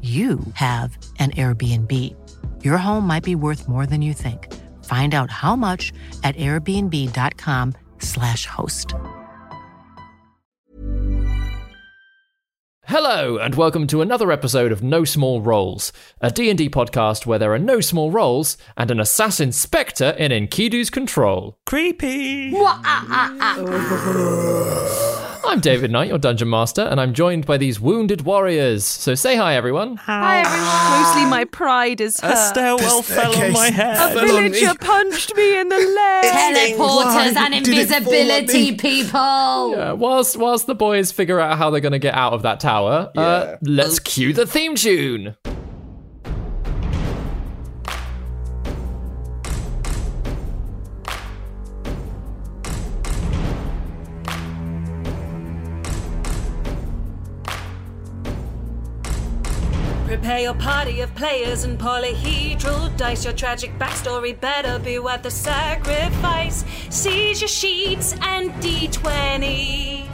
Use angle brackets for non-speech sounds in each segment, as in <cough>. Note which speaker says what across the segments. Speaker 1: you have an Airbnb. Your home might be worth more than you think. Find out how much at airbnb.com/slash host.
Speaker 2: Hello and welcome to another episode of No Small Roles, a D&D podcast where there are no small roles and an assassin spectre in Enkidu's control.
Speaker 3: Creepy.
Speaker 4: ah,
Speaker 2: I'm David Knight, your dungeon master, and I'm joined by these wounded warriors. So say hi everyone.
Speaker 5: Hi everyone. Mostly my pride is
Speaker 3: A
Speaker 5: hurt.
Speaker 3: stairwell fell on my
Speaker 5: A
Speaker 3: head.
Speaker 5: villager punched me in the leg.
Speaker 6: Teleporters
Speaker 7: Why
Speaker 6: and
Speaker 7: did it fall on
Speaker 6: invisibility
Speaker 7: me?
Speaker 6: people.
Speaker 2: Uh, whilst whilst the boys figure out how they're going to get out of that tower, uh, let's cue the theme tune.
Speaker 4: Prepare your party of players and polyhedral dice. Your tragic backstory better be worth the sacrifice. Seize your sheets and D20.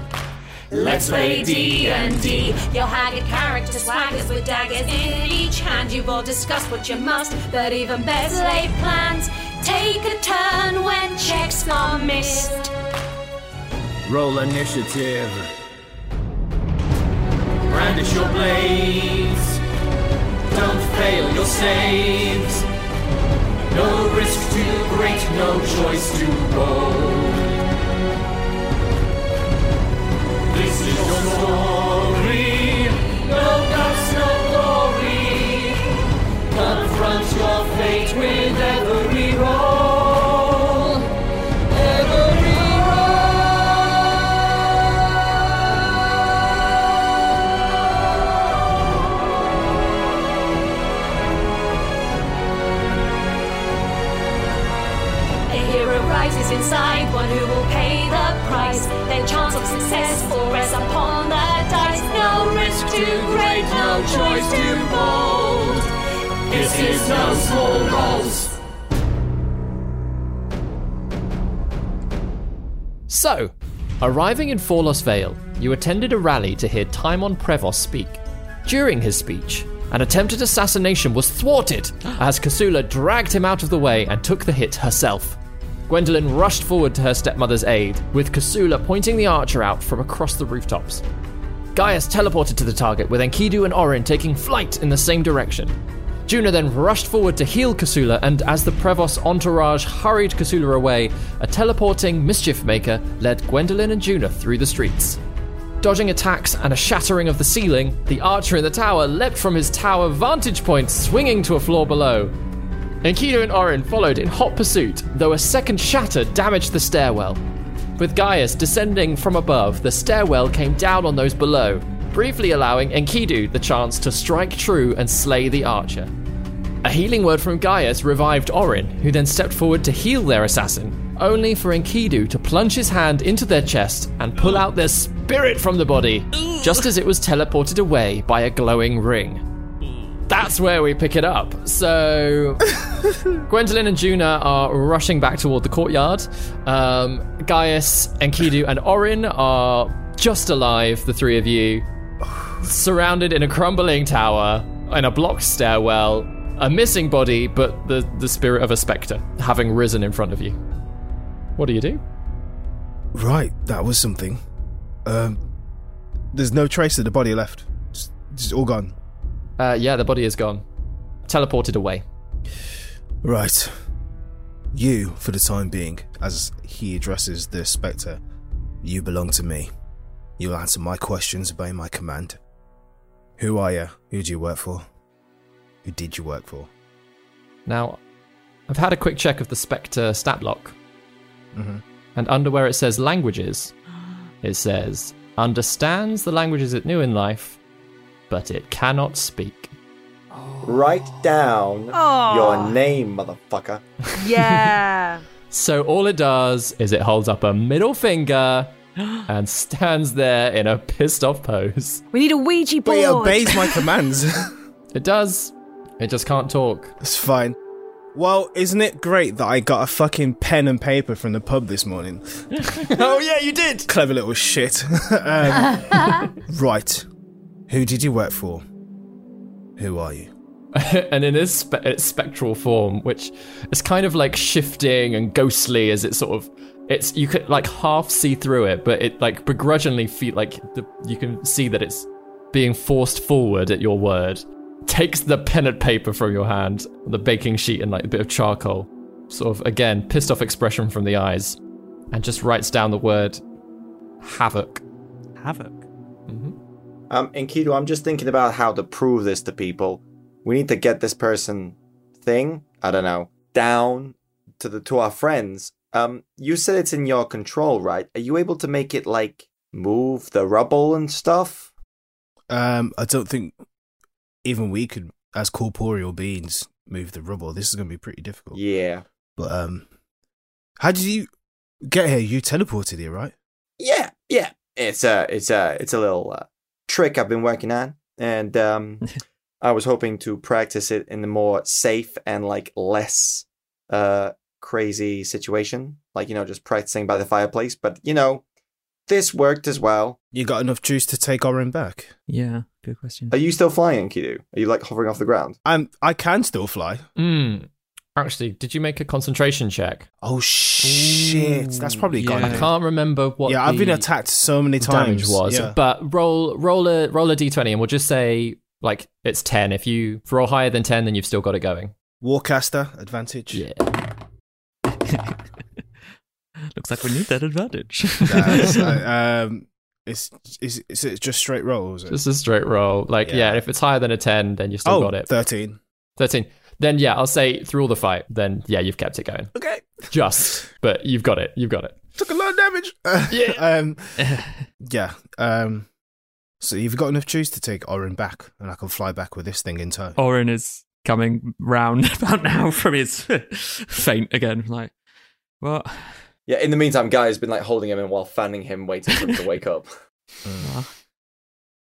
Speaker 4: Let's play D&D. Your haggard character swaggers with daggers in each hand. You've all discussed what you must, but even better laid plans. Take a turn when checks are missed.
Speaker 7: Roll initiative. Brandish your blades. Don't fail your saves. No risk too great, no choice to roll. This is your story. No guts, no glory. Confront your fate with every roll.
Speaker 4: A hero rises inside, one who will pay the price. Their chance of success will rest upon the dice. No risk too great, no choice too bold.
Speaker 7: This is no small rolls.
Speaker 2: So, arriving in Forlos Vale, you attended a rally to hear Timon Prevost speak. During his speech, an attempted assassination was thwarted as Kasula dragged him out of the way and took the hit herself. Gwendolyn rushed forward to her stepmother's aid, with Kasula pointing the archer out from across the rooftops. Gaius teleported to the target, with Enkidu and Orin taking flight in the same direction. Juna then rushed forward to heal Kasula, and as the Prevost entourage hurried Kasula away, a teleporting mischief maker led Gwendolyn and Juna through the streets. Dodging attacks and a shattering of the ceiling, the archer in the tower leapt from his tower vantage point, swinging to a floor below. Enkidu and Orin followed in hot pursuit, though a second shatter damaged the stairwell. With Gaius descending from above, the stairwell came down on those below, briefly allowing Enkidu the chance to strike true and slay the archer. A healing word from Gaius revived Orin, who then stepped forward to heal their assassin, only for Enkidu to plunge his hand into their chest and pull out their spirit from the body, just as it was teleported away by a glowing ring. That's where we pick it up. So, Gwendolyn and Juna are rushing back toward the courtyard. Um, Gaius, Enkidu, and Orin are just alive, the three of you, surrounded in a crumbling tower, in a blocked stairwell, a missing body, but the, the spirit of a spectre having risen in front of you. What do you do?
Speaker 8: Right, that was something. Um, there's no trace of the body left. It's, it's all gone.
Speaker 2: Uh, yeah, the body is gone. Teleported away.
Speaker 8: Right. You, for the time being, as he addresses the spectre, you belong to me. You'll answer my questions, obey my command. Who are you? Who do you work for? Who did you work for?
Speaker 2: Now, I've had a quick check of the Spectre stat block,
Speaker 8: Mm-hmm.
Speaker 2: and under where it says languages, it says understands the languages it knew in life, but it cannot speak.
Speaker 6: Write down
Speaker 5: Aw.
Speaker 6: your name, motherfucker.
Speaker 5: Yeah.
Speaker 2: So all it does is it holds up a middle finger and stands there in a pissed off pose.
Speaker 5: <gasps> we need a Ouija board.
Speaker 8: But he
Speaker 5: <laughs>
Speaker 8: obeys my commands.
Speaker 2: It does. It just can't talk.
Speaker 8: That's fine. Well, isn't it great that I got a fucking pen and paper from the pub this <laughs> morning?
Speaker 2: oh yeah, you did.
Speaker 8: Clever little shit. <laughs> um, right. Who did you work for? Who are you?
Speaker 2: <laughs> and in its, spe- its spectral form, which is kind of like shifting and ghostly as it sort of it's you could like half see through it, but it like begrudgingly feel like the, you can see that it's being forced forward at your word. Takes the pen and paper from your hand, the baking sheet and like a bit of charcoal, sort of again pissed off expression from the eyes, and just writes down the word havoc.
Speaker 3: Havoc.
Speaker 6: Um, and Kido, I'm just thinking about how to prove this to people. We need to get this person thing, I don't know, down to the to our friends. Um, you said it's in your control, right? Are you able to make it like move the rubble and stuff?
Speaker 8: Um, I don't think even we could, as corporeal beings, move the rubble. This is going to be pretty difficult.
Speaker 6: Yeah.
Speaker 8: But um, how did you get here? You teleported here, right?
Speaker 6: Yeah, yeah. It's a it's a it's a little uh, trick I've been working on
Speaker 8: <laughs>
Speaker 6: and um I was hoping to practice it in a more safe and like less uh crazy situation, like you know just practicing by the fireplace, but you know this worked as well.
Speaker 8: You got enough juice to take Orin back.
Speaker 3: Yeah, good question.
Speaker 6: Are you still flying, Kidu? Are you like hovering off the ground?
Speaker 8: Um, I can still fly.
Speaker 2: Mm. Actually, did you make a concentration check?
Speaker 8: Oh shit! That's probably gone.
Speaker 2: I can't remember what.
Speaker 8: yeah, I've been
Speaker 2: the-
Speaker 8: attacked so many times.
Speaker 2: damage was.
Speaker 8: Yeah.
Speaker 2: But roll roll a roll a d20, and we'll just say like it's ten. If you if you roll higher than ten, then you've still got it going.
Speaker 8: Warcaster advantage.
Speaker 2: Yeah.
Speaker 3: Looks like we need that advantage.
Speaker 8: Nah, it's like, <laughs> um, it's is is it just straight rolls?
Speaker 2: <laughs> Just a straight roll. Like
Speaker 8: Yeah.
Speaker 2: yeah. if it's higher than a ten, then you've still
Speaker 8: oh,
Speaker 2: got it.
Speaker 8: thirteen.
Speaker 2: Thirteen. Then yeah, I'll say through all the fight. Then yeah, you've kept it going.
Speaker 8: Okay,
Speaker 2: Just, but you've got it. You've got it.
Speaker 8: took a lot of damage. <laughs> yeah.
Speaker 3: <laughs>
Speaker 8: Um, yeah. Um, so you've got enough juice to take Orin back, and I can fly back with this thing in tow.
Speaker 3: Orin is coming round <laughs> about now from his <laughs> faint again. Like, what?
Speaker 6: Yeah, in the meantime, Guy's been like holding him in while fanning him, waiting for him to wake
Speaker 3: <laughs>
Speaker 6: up.
Speaker 3: Ah.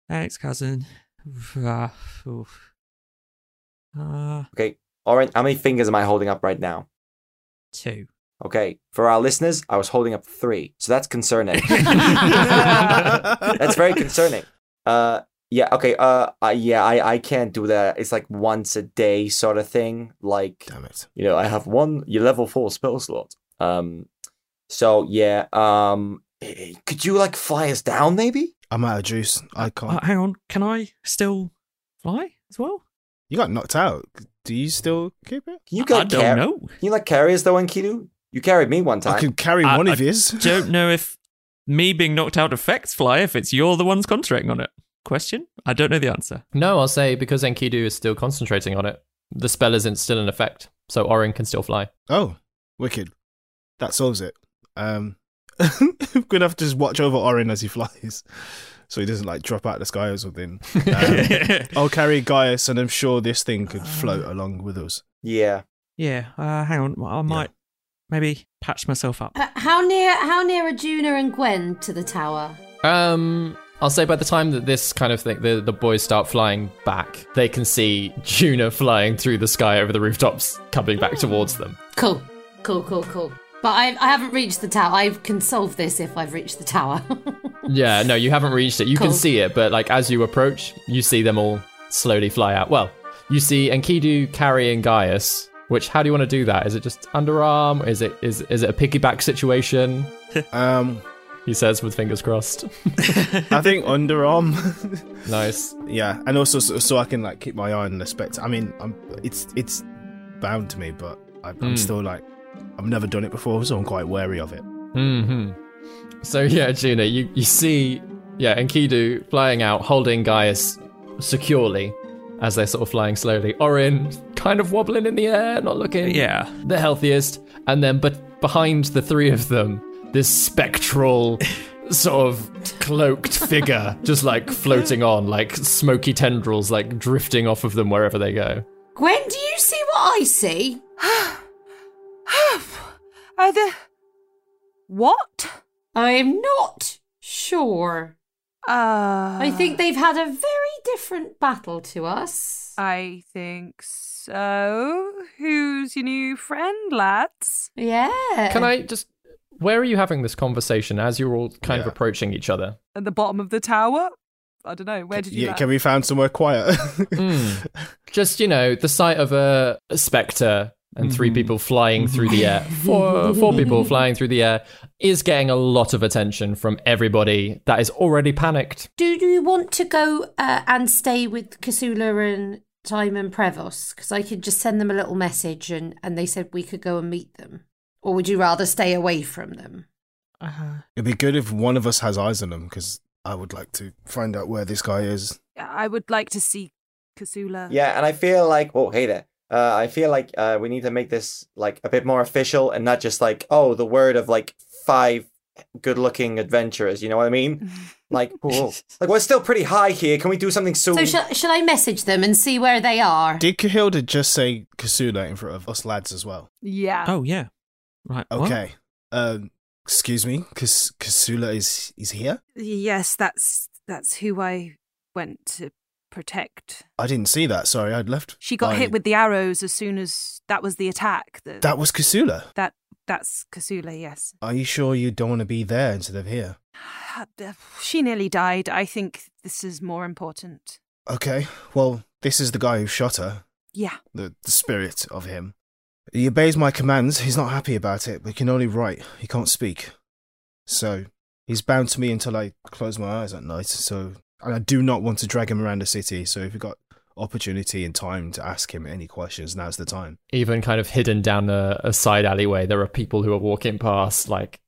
Speaker 3: Thanks, cousin. <sighs> Ah, oof. Ah,
Speaker 6: Okay. Oren, how many fingers am I holding up right now?
Speaker 3: two.
Speaker 6: Okay. For our listeners, I was holding up three. So that's
Speaker 8: <laughs>
Speaker 6: concerning. That's very concerning. Uh, yeah. Okay. Uh, I, yeah. I, I can't do that. It's like once a day sort of thing. Like
Speaker 8: Damn it.
Speaker 6: you know, I have one your level four spell slot. Um, so yeah. Um, eh, could you like fly us down maybe?
Speaker 8: I'm out of juice. I can't.
Speaker 3: Uh, hang on, can I still fly as well?
Speaker 8: you got knocked out. Do you still keep it?
Speaker 6: Can you go
Speaker 3: I don't
Speaker 6: car-
Speaker 3: know.
Speaker 6: Can you like carry us though, Enkidu? You carried me one time.
Speaker 8: I can carry
Speaker 3: I-
Speaker 8: one
Speaker 3: Uh, I
Speaker 8: of his.
Speaker 3: <laughs> Don't know if me being knocked out affects fly if it's you're the ones concentrating on it. Question? I don't know the answer.
Speaker 2: No, I'll say because Enkidu is still concentrating on it. The spell isn't still in effect, so Orin can still fly.
Speaker 8: Oh, wicked. That solves it. Um, <laughs> I'm gonna have to just watch over Orin as he flies, so he doesn't like drop out of the sky or something. Um, I'll carry Gaius, and I'm sure this thing could float along with us.
Speaker 6: yeah.
Speaker 3: yeah. Uh, hang on. I might maybe patch myself up.
Speaker 9: Uh, <laughs> how near how near are Juna and Gwen to the tower?
Speaker 2: Um, I'll say by the time that this kind of thing, the, the boys start flying back, they can see Juna <laughs> flying through the sky over the rooftops, coming back towards them.
Speaker 9: Cool, cool, cool, cool. But I, I haven't reached the tower. I can solve this if I've reached the tower. <laughs>
Speaker 2: Yeah, no, you haven't reached it. You can
Speaker 9: Cool.
Speaker 2: see it, but like as you approach, you see them all slowly fly out. Well, you see Enkidu carrying Gaius. Which how do you want to do that? Is it just underarm? Is it is is it a piggyback situation?
Speaker 8: Um,
Speaker 2: he says with fingers crossed.
Speaker 8: I think underarm.
Speaker 2: nice.
Speaker 8: Yeah, and also so, so I can like keep my eye on the spectre. I mean, I'm, it's it's bound to me, but I, I'm
Speaker 2: Mm.
Speaker 8: still like I've never done it before, so I'm quite wary of it.
Speaker 2: hmm So yeah, Gina, you, you see yeah, Enkidu flying out, holding Gaius securely as they're sort of flying slowly. Orin kind of wobbling in the air, not looking
Speaker 3: Yeah.
Speaker 2: the healthiest. And then but behind the three of them, this spectral sort of cloaked figure just like floating on, like smoky tendrils like drifting off of them wherever they go.
Speaker 9: Gwen, do you see what I see?
Speaker 5: <sighs> Are the what?
Speaker 9: I'm not sure.
Speaker 5: Uh,
Speaker 9: I think they've had a very different battle to us.
Speaker 5: I think so. Who's your new friend, lads?
Speaker 9: Yeah.
Speaker 2: Can I just where are you having this conversation as you're all kind of approaching each other?
Speaker 5: At the bottom of the tower. I don't know. Where did you?
Speaker 8: Yeah,
Speaker 5: land?
Speaker 8: can we find somewhere quiet? <laughs>
Speaker 2: Hmm. Just, you know, the sight of a, a spectre and
Speaker 8: Mm-hmm.
Speaker 2: three people flying through the air,
Speaker 9: Mm-hmm.
Speaker 2: four,
Speaker 9: <laughs>
Speaker 2: four people flying through the air, is getting a lot of attention from everybody that is already panicked.
Speaker 9: Do you want to go uh, and stay with Kasula and Timon Prevost? Because I could just send them a little message and, and they said we could go and meet them. Or would you rather stay away from them?
Speaker 8: It'd be good if one of us has eyes on them, because I would like to find out where this guy is.
Speaker 5: I would like to see Kasula.
Speaker 6: Yeah, and I feel like, oh, hey there. Uh, I feel like uh, we need to make this like a bit more official and not just like, oh, the word of like five good-looking adventurers. You know what I mean? like, oh, like we're still pretty high here. Can we do something soon?
Speaker 9: So shall, shall I message them and see where they are?
Speaker 8: Did Cahilda just say Kasula in front of us lads as well?
Speaker 5: Yeah.
Speaker 2: Uh,
Speaker 3: Oh yeah. Right. what?
Speaker 8: Okay. Um, excuse me, Kas- Kasula is is here.
Speaker 5: Yes, that's that's who I went to protect.
Speaker 8: I didn't see that. Sorry, I'd left.
Speaker 5: She got
Speaker 8: I-
Speaker 5: hit with the arrows as soon as that was the attack. The,
Speaker 8: That was Kasula.
Speaker 5: that that's Kasula. Yes, <sighs>
Speaker 8: Are you sure you don't want to be there instead of here?
Speaker 5: she nearly died. I think this is more important.
Speaker 8: Okay. Well, this is the guy who shot her.
Speaker 5: Yeah.
Speaker 8: The, the spirit of him. He obeys my commands. He's not happy about it, but he can only write. He can't speak. So he's bound to me until I close my eyes at night. So and I do not want to drag him around the city. So if you've got opportunity and time to ask him any questions, now's the time.
Speaker 2: Even kind of hidden down a, a side alleyway, there are people who are walking past, like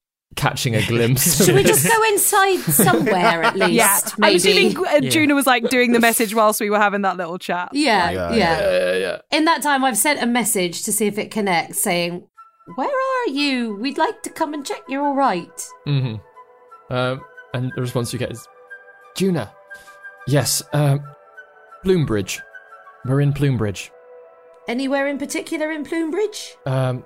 Speaker 8: <laughs>
Speaker 2: catching a glimpse.
Speaker 9: <laughs> Should
Speaker 2: <laughs>
Speaker 9: we just go inside somewhere at least?
Speaker 5: yeah,
Speaker 9: maybe?
Speaker 5: I'm assuming G- uh,
Speaker 3: Yeah.
Speaker 5: Juna was like doing the message whilst we were having that little chat.
Speaker 9: Yeah,
Speaker 8: Yeah,
Speaker 9: yeah,
Speaker 2: yeah, yeah.
Speaker 9: In that time, I've sent a message to see if it connects, saying, "Where are you? We'd like to come and check you're all right."
Speaker 2: hmm Um, and the response you get is, Juna. Yes. Um, Bloombridge. We're in Bloombridge.
Speaker 9: Anywhere in particular in Plumebridge?
Speaker 2: Um,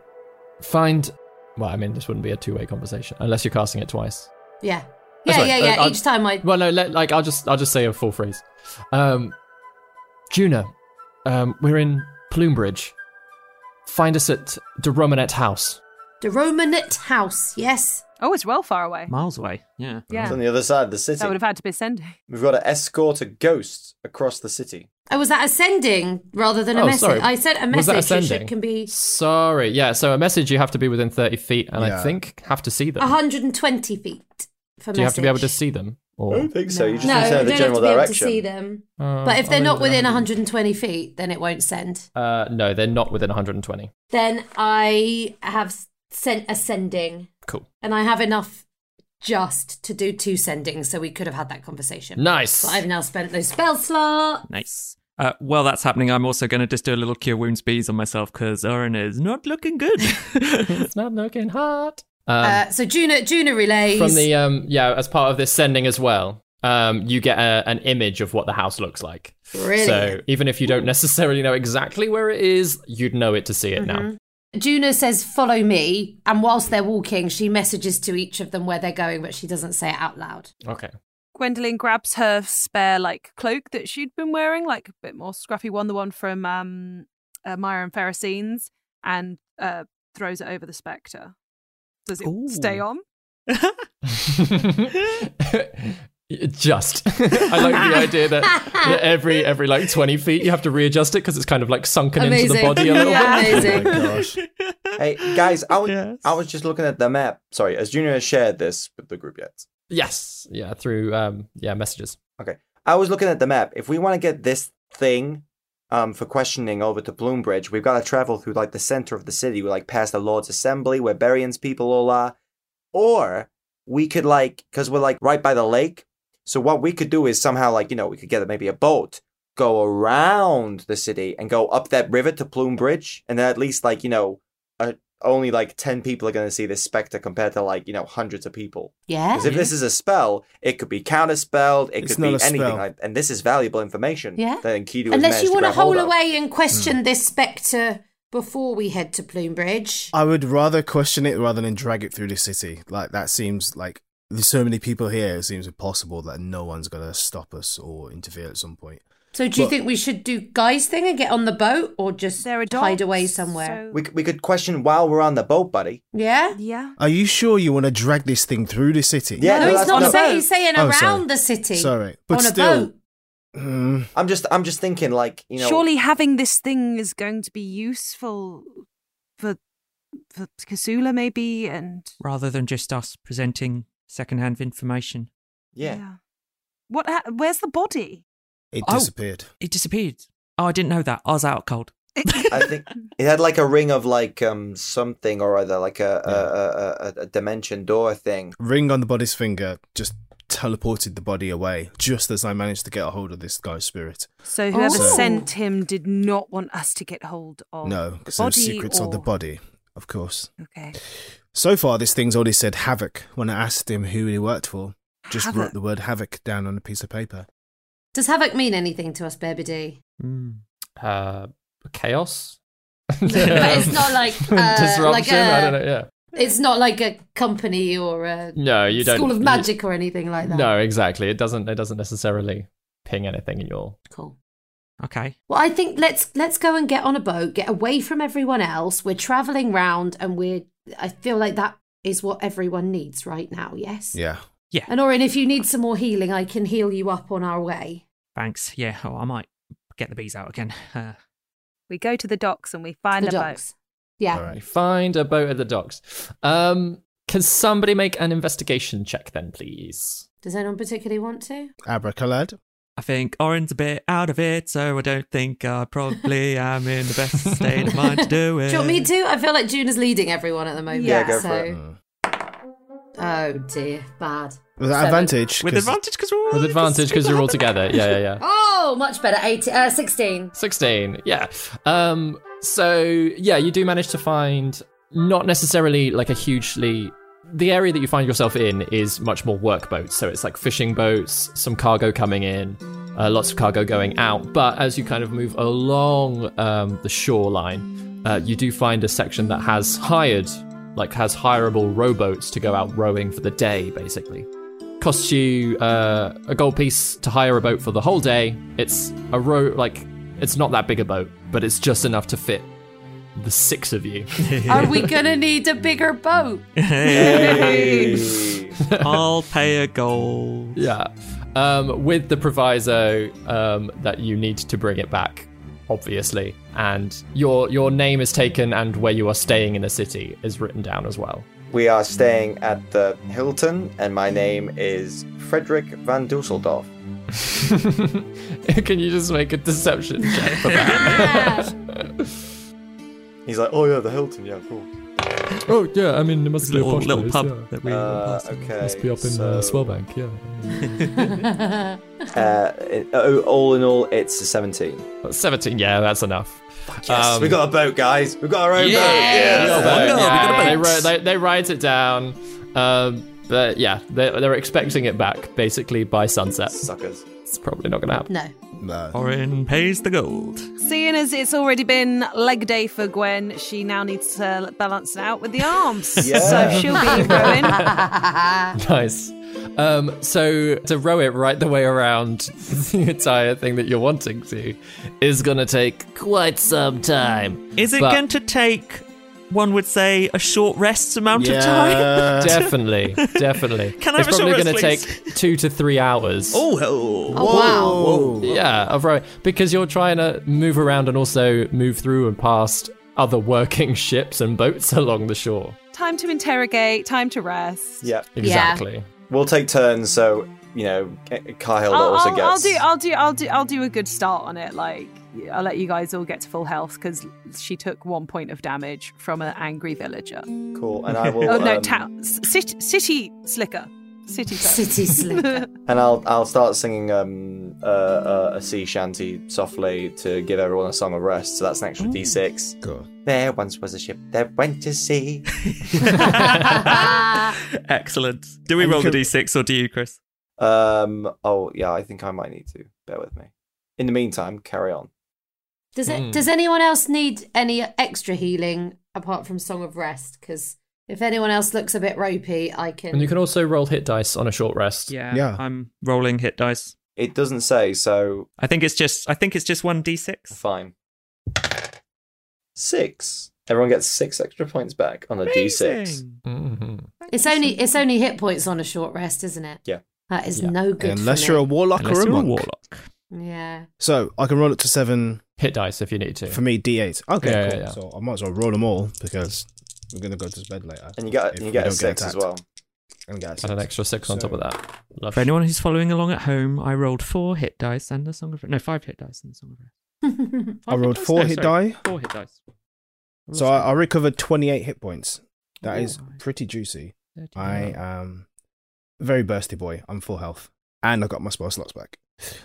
Speaker 2: find. Well, I mean, this wouldn't be a two-way conversation unless you're casting it twice.
Speaker 9: Yeah,
Speaker 2: Oh,
Speaker 9: yeah,
Speaker 2: sorry,
Speaker 9: yeah, yeah.
Speaker 2: uh, I-
Speaker 9: Each time I
Speaker 2: Well, no, let, like I'll just I'll just say a full phrase. Um, Juna, um, we're in Ploombridge. Find us at De Romanet House.
Speaker 9: the Romanet House. Yes,
Speaker 5: Oh, it's well far away.
Speaker 3: Miles away. Yeah.
Speaker 6: It's on
Speaker 5: Yeah,
Speaker 6: the other side of the city.
Speaker 5: that would have had to be Sunday.
Speaker 6: We've got to escort a ghost across the city.
Speaker 9: oh, was that ascending rather than a
Speaker 2: oh,
Speaker 9: message?
Speaker 2: sorry.
Speaker 9: I sent a
Speaker 2: Was that
Speaker 9: message. it
Speaker 2: ascending?
Speaker 9: should, can be
Speaker 2: Sorry, yeah. So a message you have to be within thirty feet, and I
Speaker 8: Yeah.
Speaker 2: think have to see them.
Speaker 9: 120 feet. For
Speaker 2: Do you have to be able to
Speaker 9: message.
Speaker 2: see them?
Speaker 6: I
Speaker 2: Or
Speaker 6: don't think so. You just
Speaker 9: No,
Speaker 6: need to know the
Speaker 9: you don't have to
Speaker 6: general
Speaker 9: be able to
Speaker 6: direction.
Speaker 9: see them.
Speaker 2: Uh,
Speaker 9: but if they're
Speaker 2: I'll
Speaker 9: not
Speaker 2: leave
Speaker 9: within
Speaker 2: that.
Speaker 9: 120 feet, then it won't send.
Speaker 2: uh, no, they're not within 120.
Speaker 9: Then I have s- sent a sending,
Speaker 2: Cool.
Speaker 9: and I have enough just to do two sendings, so we could have had that conversation.
Speaker 2: Nice.
Speaker 9: But I've now spent those spell slot.
Speaker 3: Nice. Uh, while that's happening, I'm also going to just do a little cure wounds bees on myself because Oren is not looking
Speaker 9: <laughs>
Speaker 3: good.
Speaker 2: it's not looking hot. Um,
Speaker 9: uh, so Juna, Juna relays.
Speaker 2: from the um yeah as part of this sending as well um you get a, an image of what the house looks like so
Speaker 9: Brilliant.
Speaker 2: even if you don't necessarily know exactly where it is you'd know it to see it now
Speaker 9: Juna Mm-hmm. says, "Follow me," and whilst they're walking, she messages to each of them where they're going, but she doesn't say it out loud.
Speaker 2: okay
Speaker 5: Gwendolyn grabs her spare like cloak that she'd been wearing, like a bit more scruffy one, the one from um, uh, Myra and Pharisees, and uh, throws it over the spectre. Does it stay
Speaker 3: Ooh.
Speaker 8: <laughs>
Speaker 5: on?
Speaker 2: just <laughs> i like the idea that
Speaker 9: <laughs>
Speaker 2: that every every like 20 feet you have to readjust it because it's kind of like sunken into the
Speaker 9: Amazing.
Speaker 2: body a little
Speaker 9: <laughs> Yeah.
Speaker 2: bit
Speaker 9: Amazing.
Speaker 8: Oh my gosh.
Speaker 6: Hey guys, I was
Speaker 3: Yes.
Speaker 6: I was just looking at the map. Sorry, as Junior has shared this with the group yet?
Speaker 2: Yes. Yeah, through um yeah, messages.
Speaker 6: Okay, I was looking at the map. If we want to get this thing, um, for questioning over to Bloombridge, we've got to travel through like the center of the city, we like past the Lord's Assembly where Berrien's people all are, or we could like because we're like right by the lake. So what we could do is somehow like you know we could get maybe a boat, go around the city and go up that river to Plume Bridge, and then at least like you know, uh, only like ten people are gonna see this specter compared to like you know hundreds of people.
Speaker 9: Yeah.
Speaker 6: Because if this is a spell, it could be counterspelled. It
Speaker 8: It's
Speaker 6: could
Speaker 8: not
Speaker 6: be
Speaker 8: a
Speaker 6: anything.
Speaker 8: spell.
Speaker 6: Like, and this is valuable information.
Speaker 9: Yeah.
Speaker 6: That Enkidu has
Speaker 9: Unless
Speaker 6: managed
Speaker 9: you want to
Speaker 6: grab hold Hmm.
Speaker 9: hole
Speaker 6: of.
Speaker 9: away and question this spectre before we head to Plumebridge.
Speaker 8: I would rather question it rather than drag it through the city. Like that seems like there's so many people here. It seems impossible that no one's gonna stop us or interfere at some point.
Speaker 9: So do you
Speaker 8: But-
Speaker 9: think we should do guys thing and get on the boat or just
Speaker 5: They're adults,
Speaker 9: hide away somewhere?
Speaker 5: so-
Speaker 6: We, c- we could question while we're on the boat, buddy.
Speaker 9: Yeah?
Speaker 5: Yeah.
Speaker 8: Are you sure you want to drag this thing through the city?
Speaker 6: Yeah,
Speaker 9: no,
Speaker 6: no,
Speaker 9: he's
Speaker 6: that's
Speaker 9: not
Speaker 6: not-
Speaker 9: saying, he's saying
Speaker 8: Oh,
Speaker 9: around
Speaker 8: sorry.
Speaker 9: the city.
Speaker 8: Sorry, but
Speaker 9: on a
Speaker 8: still-
Speaker 9: boat.
Speaker 8: Hmm.
Speaker 6: I'm just I'm just thinking like you know.
Speaker 5: Surely having this thing is going to be useful for for Kasula maybe and
Speaker 10: rather than just us presenting secondhand information.
Speaker 6: Yeah.
Speaker 5: What? Ha- where's the body?
Speaker 8: It
Speaker 10: Oh.
Speaker 8: disappeared.
Speaker 10: It disappeared. Oh, I didn't know that. I was out cold.
Speaker 6: I think it had like a ring of like um something or other, like a a, a, a, a dimension door thing.
Speaker 8: Ring on the body's finger just teleported the body away just as I managed to get a hold of this guy's spirit.
Speaker 5: So whoever
Speaker 9: Oh.
Speaker 5: sent him did not want us to get hold of.
Speaker 8: no,
Speaker 5: the
Speaker 8: because there's
Speaker 5: body
Speaker 8: secrets of the
Speaker 5: or-
Speaker 8: body, of course.
Speaker 5: Okay.
Speaker 8: So far, this thing's already said havoc when I asked him who he worked for. Just
Speaker 5: Havoc.
Speaker 8: wrote the word havoc down on a piece of paper.
Speaker 9: Does Havoc mean anything to
Speaker 2: <laughs>
Speaker 9: us, Berbidi?
Speaker 2: Mm. Uh chaos.
Speaker 9: But
Speaker 2: <laughs>
Speaker 9: it's not like, uh,
Speaker 2: disruption.
Speaker 9: like
Speaker 2: I
Speaker 9: a-
Speaker 2: don't know, yeah.
Speaker 9: It's not like a company or a
Speaker 2: No, you don't
Speaker 9: school of
Speaker 2: you-
Speaker 9: magic or anything like that.
Speaker 2: No, exactly. It doesn't it doesn't necessarily ping anything in your
Speaker 9: Cool.
Speaker 10: Okay.
Speaker 9: Well, I think let's let's go and get on a boat, get away from everyone else. We're traveling round, and we're. I feel like that is what everyone needs right now. Yes.
Speaker 8: Yeah.
Speaker 10: Yeah.
Speaker 9: And Orin, if you need some more healing, I can heal you up on our way.
Speaker 10: Thanks. Yeah. Oh, I might get the bees out
Speaker 3: <laughs>
Speaker 10: again. Uh,
Speaker 5: We go to the docks and we find
Speaker 9: the
Speaker 5: a boat.
Speaker 9: dogs. Yeah.
Speaker 8: All right.
Speaker 2: You find a boat at the docks. Um can somebody make an investigation check then, please?
Speaker 9: Does anyone particularly want to?
Speaker 8: Abracalad.
Speaker 3: I think Orin's a bit out of it, so I don't think I probably am in the best state of mind to do
Speaker 9: <laughs> Do
Speaker 3: it.
Speaker 9: you want me to? I feel like June is leading everyone at the moment.
Speaker 5: Yeah,
Speaker 6: go
Speaker 9: so.
Speaker 6: for it.
Speaker 9: Oh dear, bad.
Speaker 8: With
Speaker 9: Seven.
Speaker 8: advantage.
Speaker 3: With
Speaker 8: 'cause-
Speaker 3: advantage, because we're all
Speaker 2: With advantage because you're all together. Yeah, yeah,
Speaker 3: <laughs>
Speaker 2: yeah.
Speaker 9: Oh, much better. 18, uh, 16.
Speaker 2: 16 yeah um so yeah you do manage to find not necessarily like a hugely the area that you find yourself in is much more work boats so it's like fishing boats some cargo coming in uh, lots of cargo going out but as you kind of move along um, the shoreline uh, you do find a section that has hired like has hireable rowboats to go out rowing for the day basically costs you uh, a gold piece to hire a boat for the whole day. It's a row like it's not that big a boat, but it's just enough to fit the six of you.
Speaker 9: Are we gonna need a bigger boat?
Speaker 2: <laughs>
Speaker 3: I'll pay a goal.
Speaker 2: yeah, um, with the proviso um, that you need to bring it back, obviously, and your your name is taken and where you are staying in the city is written down as well. <laughs>
Speaker 6: We are staying at the Hilton, and my name is Frederick van Dusseldorf.
Speaker 2: Can you just make a deception check for that?
Speaker 3: <laughs>
Speaker 9: Ah,
Speaker 2: <laughs>
Speaker 6: He's like, oh yeah, the Hilton, yeah, cool.
Speaker 2: oh yeah, I mean it must
Speaker 3: This little, little pub that we
Speaker 6: Uh,
Speaker 3: went past.
Speaker 6: okay. so-
Speaker 2: Swellbank, yeah.
Speaker 6: Uh, it- oh, all in all, it's a 17.
Speaker 2: 17, yeah, that's enough. Um,
Speaker 6: we got a boat, guys. We got our own
Speaker 2: We got a
Speaker 6: boat.
Speaker 2: boat,
Speaker 3: no, we got a
Speaker 2: yeah. They,
Speaker 3: boat.
Speaker 2: wrote, they, they write it down. Um, but yeah, they're, they're expecting it back basically by sunset.
Speaker 6: Suckers.
Speaker 2: It's probably not going to happen.
Speaker 9: no.
Speaker 8: No.
Speaker 3: Orin pays the gold.
Speaker 5: <laughs> Seeing as it's already been leg day for Gwen, she now needs to balance it out with the arms.
Speaker 6: Yeah.
Speaker 5: So she'll be rowing.
Speaker 2: Nice. Um, so to row it right the way around <laughs> the entire thing that you're wanting to is going to take quite some time.
Speaker 3: Is it
Speaker 2: But-
Speaker 3: going to take, one would say, a short rest amount of time? <laughs>
Speaker 6: <laughs>
Speaker 8: Yeah.
Speaker 2: Definitely, definitely.
Speaker 3: Can I
Speaker 2: it's
Speaker 3: have a short
Speaker 2: probably
Speaker 3: rest,
Speaker 2: gonna
Speaker 3: please?
Speaker 2: take two to three hours.
Speaker 3: Oh, oh.
Speaker 8: Whoa.
Speaker 2: Yeah, of right. Because you're trying to move around and also move through and past other working <laughs> ships and boats along the shore.
Speaker 11: Time to interrogate, time to rest.
Speaker 6: Yeah,
Speaker 2: Exactly.
Speaker 6: We'll take turns, so you know Kyle
Speaker 11: I'll,
Speaker 6: also
Speaker 11: I'll- I'll
Speaker 6: gets.
Speaker 11: do I'll do I'll do I'll do a good start on it. Like I'll let you guys all get to full health because she took one point of damage from an angry villager.
Speaker 6: Cool,
Speaker 11: <laughs>
Speaker 6: and I will.
Speaker 11: oh no,
Speaker 6: um,
Speaker 11: town city, city slicker, city folk.
Speaker 9: City slicker.
Speaker 6: And I'll I'll start singing um uh, uh, a sea shanty softly to give everyone a song of rest. So that's an extra d6.
Speaker 8: Cool.
Speaker 6: There once was a ship that went to sea.
Speaker 12: <laughs> Excellent. Do we
Speaker 6: And you
Speaker 12: roll the
Speaker 6: can-
Speaker 12: d6 or do you, Chris?
Speaker 6: Um. Oh yeah, I think I might need to. Bear with me. In the meantime, carry on.
Speaker 9: Does it?
Speaker 6: Hmm.
Speaker 9: Does anyone else need any extra healing apart from Song of Rest? Because if anyone else looks a bit ropey, I can.
Speaker 2: And you can also roll hit dice on a short rest.
Speaker 12: Yeah.
Speaker 8: Yeah.
Speaker 12: I'm rolling hit dice.
Speaker 6: It doesn't say, so
Speaker 12: I think it's just I think it's just 1d6.
Speaker 6: fine. Six. Everyone gets six extra points back on a d6.
Speaker 2: Mm-hmm.
Speaker 9: It's only it's only hit points on a short rest, isn't it?
Speaker 6: Yeah.
Speaker 9: That is
Speaker 2: Yeah.
Speaker 9: no good. for
Speaker 8: Unless
Speaker 9: me.
Speaker 8: you're a warlock
Speaker 12: Unless
Speaker 8: or a
Speaker 12: you're a
Speaker 8: monk.
Speaker 12: warlock.
Speaker 9: Yeah.
Speaker 8: So I can roll it to seven
Speaker 2: Hit dice if you need to.
Speaker 8: for me
Speaker 2: <laughs>
Speaker 6: <laughs>
Speaker 8: d8. Okay,
Speaker 2: Yeah,
Speaker 8: cool.
Speaker 2: yeah, yeah.
Speaker 8: So I might as well roll them all because we're gonna go to bed later.
Speaker 6: And you get
Speaker 8: If
Speaker 6: and you
Speaker 8: we
Speaker 6: get a
Speaker 8: don't
Speaker 6: six as
Speaker 8: attacked.
Speaker 6: well.
Speaker 8: And get a
Speaker 2: And an
Speaker 8: six.
Speaker 2: extra six on
Speaker 8: So-
Speaker 2: top of that. Love.
Speaker 3: For anyone who's following along at home, I rolled four hit dice and a song of no five hit dice and a song of rest. <laughs> Five
Speaker 8: I
Speaker 3: hit
Speaker 8: rolled
Speaker 3: dice?
Speaker 8: four
Speaker 3: No,
Speaker 8: hit
Speaker 3: sorry,
Speaker 8: die.
Speaker 3: Four hit dice. rolled
Speaker 8: So I, I
Speaker 3: four.
Speaker 8: recovered 28 hit points. That is
Speaker 3: Alright.
Speaker 8: pretty juicy.
Speaker 3: Thirty.
Speaker 8: I am very bursty boy. I'm full health, and I got my spell slots back.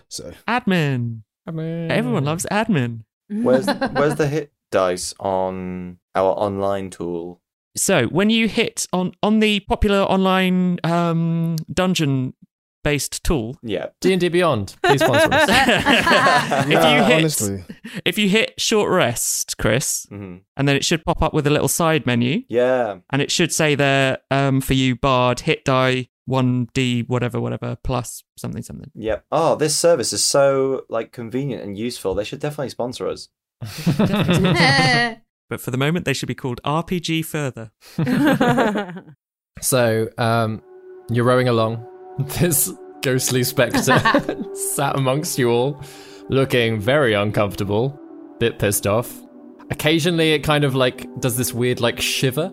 Speaker 8: So
Speaker 3: admin. Everyone loves admin.
Speaker 9: <laughs>
Speaker 6: Where's where's the hit dice on our online tool?
Speaker 3: So when you hit on on the popular online um, dungeon based tool,
Speaker 6: Yeah.
Speaker 2: D and D Beyond. Please sponsor us.
Speaker 3: <laughs> if you
Speaker 8: No,
Speaker 3: hit
Speaker 8: honestly.
Speaker 3: if you hit short rest, Chris,
Speaker 6: hmm
Speaker 3: and then it should pop up with a little side menu,
Speaker 6: Yeah.
Speaker 3: and it should say there um, for you barred hit die one d whatever whatever plus something something.
Speaker 6: Yep. Oh, this service is so like convenient and useful. They should definitely sponsor us.
Speaker 12: But for the moment they should be called RPG further.
Speaker 2: <laughs> So, um, you're rowing along. <laughs> This ghostly spectre sat amongst you all, looking very uncomfortable, bit pissed off. Occasionally, it kind of like does this weird like shiver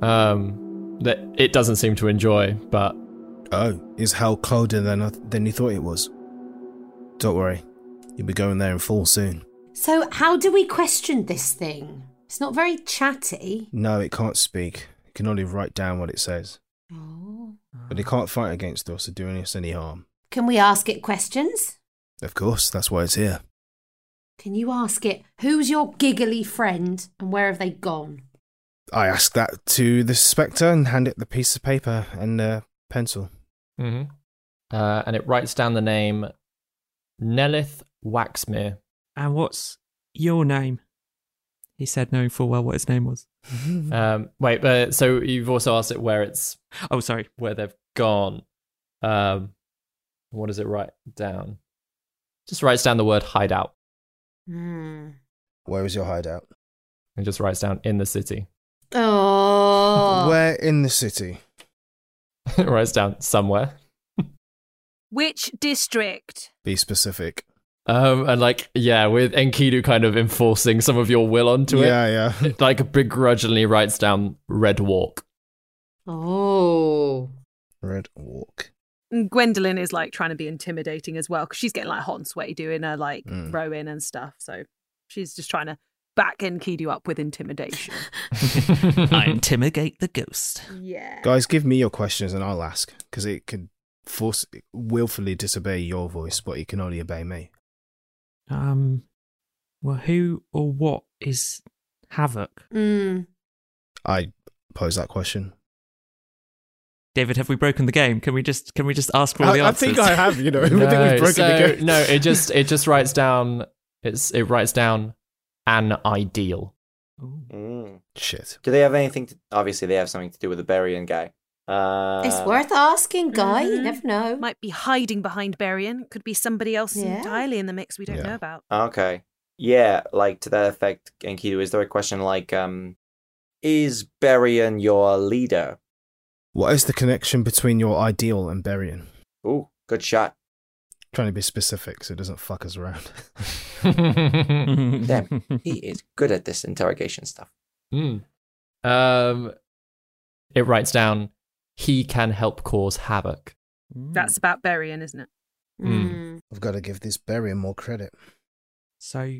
Speaker 2: um, that it doesn't seem to enjoy. But
Speaker 8: oh, is hell colder than I, than you thought it was? Don't worry, you'll be going there in full soon.
Speaker 9: so how do we question this thing? It's not very chatty.
Speaker 8: No, it can't speak. It can only write down what it says,
Speaker 9: Oh.
Speaker 8: but it can't fight against us or do us any harm.
Speaker 9: Can we ask it questions?
Speaker 8: Of course, that's why it's here.
Speaker 9: Can you ask it who's your giggly friend and where have they gone?
Speaker 8: I ask that to the spectre and hand it the piece of paper and uh, pencil.
Speaker 2: mm-hmm. uh, and it writes down the name Nelith Waxmere.
Speaker 12: And what's your name? He said knowing full well what his name
Speaker 8: <laughs>
Speaker 12: was.
Speaker 2: Um, wait, uh, so you've also asked it where it's
Speaker 12: Oh sorry.
Speaker 2: where they've gone. Um, what does it write down? Just writes down the word hideout
Speaker 9: Hmm.
Speaker 8: Where is your hideout?
Speaker 2: and just writes down in the city.
Speaker 9: Oh.
Speaker 8: Where in the city?
Speaker 2: it writes down somewhere.
Speaker 11: <laughs> Which district?
Speaker 8: Be specific.
Speaker 2: Um, and like, yeah, with Enkidu kind of enforcing some of your will onto it,
Speaker 8: yeah, yeah.
Speaker 2: it like begrudgingly writes down Red Walk.
Speaker 9: Oh.
Speaker 8: Red walk.
Speaker 11: And Gwendolyn is like trying to be intimidating as well because she's getting like hot and sweaty doing her like
Speaker 6: Mm.
Speaker 11: rowing and stuff. So she's just trying to back Enkidu up with
Speaker 6: <laughs>
Speaker 11: intimidation.
Speaker 12: I
Speaker 3: <laughs>
Speaker 12: intimidate the ghost.
Speaker 11: yeah.
Speaker 8: Guys, give me your questions and I'll ask because it could force willfully disobey your voice, but it can only obey me.
Speaker 3: Um, well, who or what is havoc?
Speaker 9: Mm.
Speaker 8: I pose that question.
Speaker 12: David, have we broken the game? Can we just can we just ask for all the answers?
Speaker 8: have. You know,
Speaker 2: so- no, it just it just writes down it's it writes down an ideal.
Speaker 6: <laughs> Mm.
Speaker 8: Shit.
Speaker 6: Do they have anything? To... Obviously, they have something to do with the Berrien guy. Uh,
Speaker 9: it's
Speaker 8: Um,
Speaker 9: worth asking, guy. You
Speaker 5: Mm-hmm.
Speaker 11: Mhm.
Speaker 9: never know.
Speaker 11: Might be hiding behind Berrien. Could be somebody else
Speaker 9: Yeah.
Speaker 11: entirely in the mix we don't
Speaker 8: Yeah.
Speaker 11: know about.
Speaker 6: Okay. Yeah, like to that effect, Enkidu. Is there a question like, um, is Berrien your leader?
Speaker 8: What is the connection between your ideal and Berrien?
Speaker 9: <laughs>
Speaker 6: Ooh, good shot.
Speaker 8: Trying to be specific so it doesn't fuck us around.
Speaker 12: <laughs>
Speaker 6: Damn, he is good at this interrogation stuff.
Speaker 2: Hmm. Um, it writes down, he can help cause havoc.
Speaker 8: Mm.
Speaker 5: That's about burying, isn't it?
Speaker 2: Mm.
Speaker 8: I've got to give this Berian more credit.
Speaker 3: So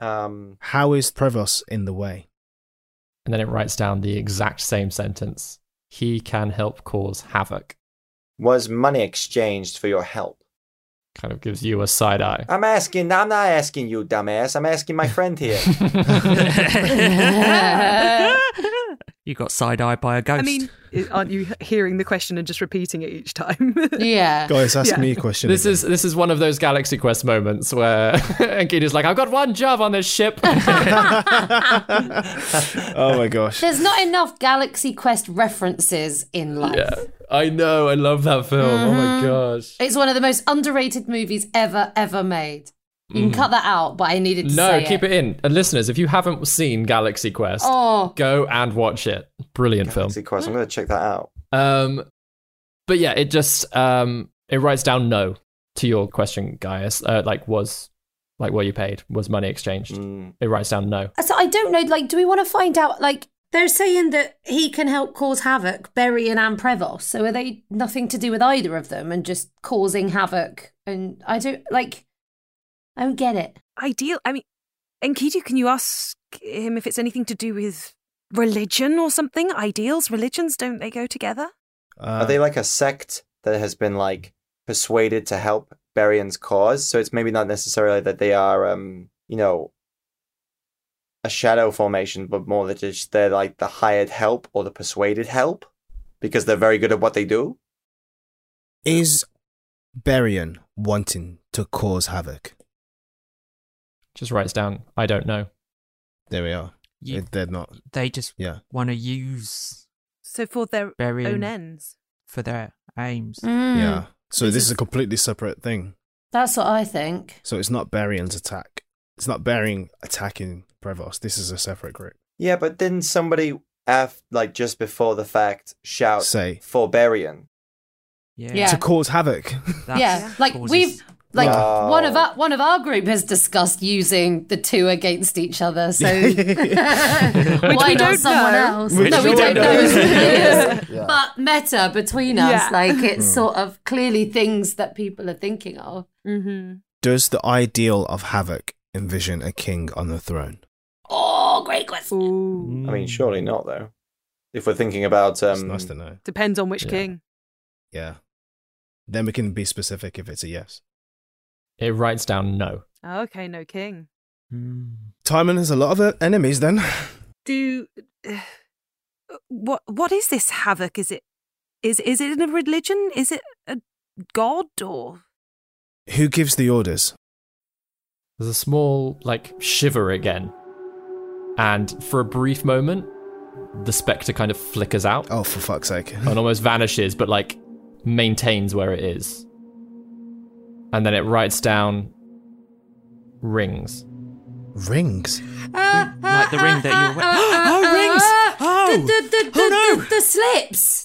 Speaker 6: Um,
Speaker 8: How is Prevost in the way?
Speaker 2: And then it writes down the exact same sentence. He can help cause havoc.
Speaker 6: was money exchanged for your help?
Speaker 2: Kind of gives you a side eye.
Speaker 6: I'm asking. I'm not asking you, dumbass. I'm asking my
Speaker 8: <laughs>
Speaker 6: friend here.
Speaker 8: Uh,
Speaker 9: <laughs>
Speaker 3: you got side eyed by a
Speaker 5: I
Speaker 3: ghost.
Speaker 5: mean, i- aren't you h- hearing the question and just repeating it each time? <laughs>
Speaker 9: yeah.
Speaker 8: Guys, ask
Speaker 5: Yeah.
Speaker 8: me a question.
Speaker 2: This
Speaker 8: again.
Speaker 2: is this is one of those Galaxy Quest moments where <laughs> Enkidu's like, I've got one job on this
Speaker 8: <laughs>
Speaker 2: ship.
Speaker 8: oh my gosh.
Speaker 9: There's not enough Galaxy Quest references in life.
Speaker 2: I know, I love that film. Oh my gosh.
Speaker 9: It's one of the most underrated movies ever, ever made. You can cut that out, but I needed to
Speaker 2: Mm-hmm. No,
Speaker 9: say
Speaker 2: keep it in. And listeners, if you haven't seen Galaxy Quest,
Speaker 9: Oh,
Speaker 2: go and watch it. Brilliant film.
Speaker 6: Galaxy Quest. I'm gonna check that out.
Speaker 2: Um, but yeah, it just um, it writes down no to your question, Gaius. Uh, like was like were you paid? Was money exchanged?
Speaker 6: Mm.
Speaker 2: It writes down no.
Speaker 9: so I don't know. Like, do we want to find out? Like, they're saying that he can help cause havoc, Berrien and Prevost. So are they nothing to do with either of them and just causing havoc? And I don't like. I don't get it.
Speaker 5: Ideal. I mean, Enkidu, can you ask him if it's anything to do with religion or something? Ideals, religions, don't they go together?
Speaker 8: Uh,
Speaker 6: Are they like a sect that has been like persuaded to help Barian's cause? So it's maybe not necessarily that they are, um, you know, a shadow formation, but more that just they're like the hired help or the persuaded help because they're very good at what they do.
Speaker 8: is Berian wanting to cause havoc?
Speaker 2: Just writes down I don't know.
Speaker 8: There we are.
Speaker 3: You-
Speaker 8: They- They're not.
Speaker 3: they just
Speaker 8: Yeah.
Speaker 3: want to use
Speaker 5: So for their own
Speaker 3: burying
Speaker 5: ends.
Speaker 3: for their aims.
Speaker 9: Mm.
Speaker 8: Yeah. So this, is a completely separate thing.
Speaker 9: That's what I think.
Speaker 8: So it's not Berian's attack. It's not Berian attacking Prevost. This is a separate group.
Speaker 6: Yeah, but didn't somebody, af- like just before the fact, shout
Speaker 8: Say.
Speaker 6: for Barian?
Speaker 3: Yeah.
Speaker 9: Yeah.
Speaker 8: To cause havoc.
Speaker 3: That
Speaker 9: yeah, like
Speaker 3: causes-
Speaker 9: we've like
Speaker 6: Wow.
Speaker 9: one of our one of our group has discussed using the two against each other.
Speaker 3: <laughs>
Speaker 9: So why
Speaker 5: we
Speaker 9: not
Speaker 5: don't
Speaker 9: someone
Speaker 5: know.
Speaker 9: else?
Speaker 8: Which
Speaker 9: no,
Speaker 8: we
Speaker 9: we don't
Speaker 8: don't
Speaker 9: know.
Speaker 8: know.
Speaker 9: <laughs> Yes.
Speaker 8: Yeah.
Speaker 9: But meta between us,
Speaker 5: Yeah.
Speaker 9: like it's sort of clearly things that people are thinking of.
Speaker 5: Mm-hmm.
Speaker 8: Does the ideal of havoc envision a king on the throne?
Speaker 9: Oh, great question.
Speaker 5: Ooh.
Speaker 6: I
Speaker 8: Mm.
Speaker 6: mean, surely not, though. If we're thinking
Speaker 8: It's
Speaker 6: about. Um,
Speaker 8: nice to know.
Speaker 5: Depends on which
Speaker 2: Yeah.
Speaker 5: king.
Speaker 8: Yeah. Then we can be specific if it's a yes.
Speaker 2: It writes down no.
Speaker 5: Okay, no king.
Speaker 8: Timon has a lot of uh, enemies then.
Speaker 5: Do uh, what? What is this havoc? Is it is is it in a religion? Is it a god or?
Speaker 8: Who gives the orders?
Speaker 2: There's a small like shiver again, and for a brief moment, the specter kind of flickers out
Speaker 8: Oh, for fuck's sake. <laughs>
Speaker 2: and almost vanishes, but like maintains where it is. And then it writes down rings.
Speaker 8: Rings.
Speaker 3: like the ring that you were.
Speaker 9: uh,
Speaker 3: oh, rings!
Speaker 9: uh,
Speaker 3: Oh!
Speaker 9: The, the, the,
Speaker 3: oh
Speaker 9: the,
Speaker 3: no!
Speaker 9: the, the slips,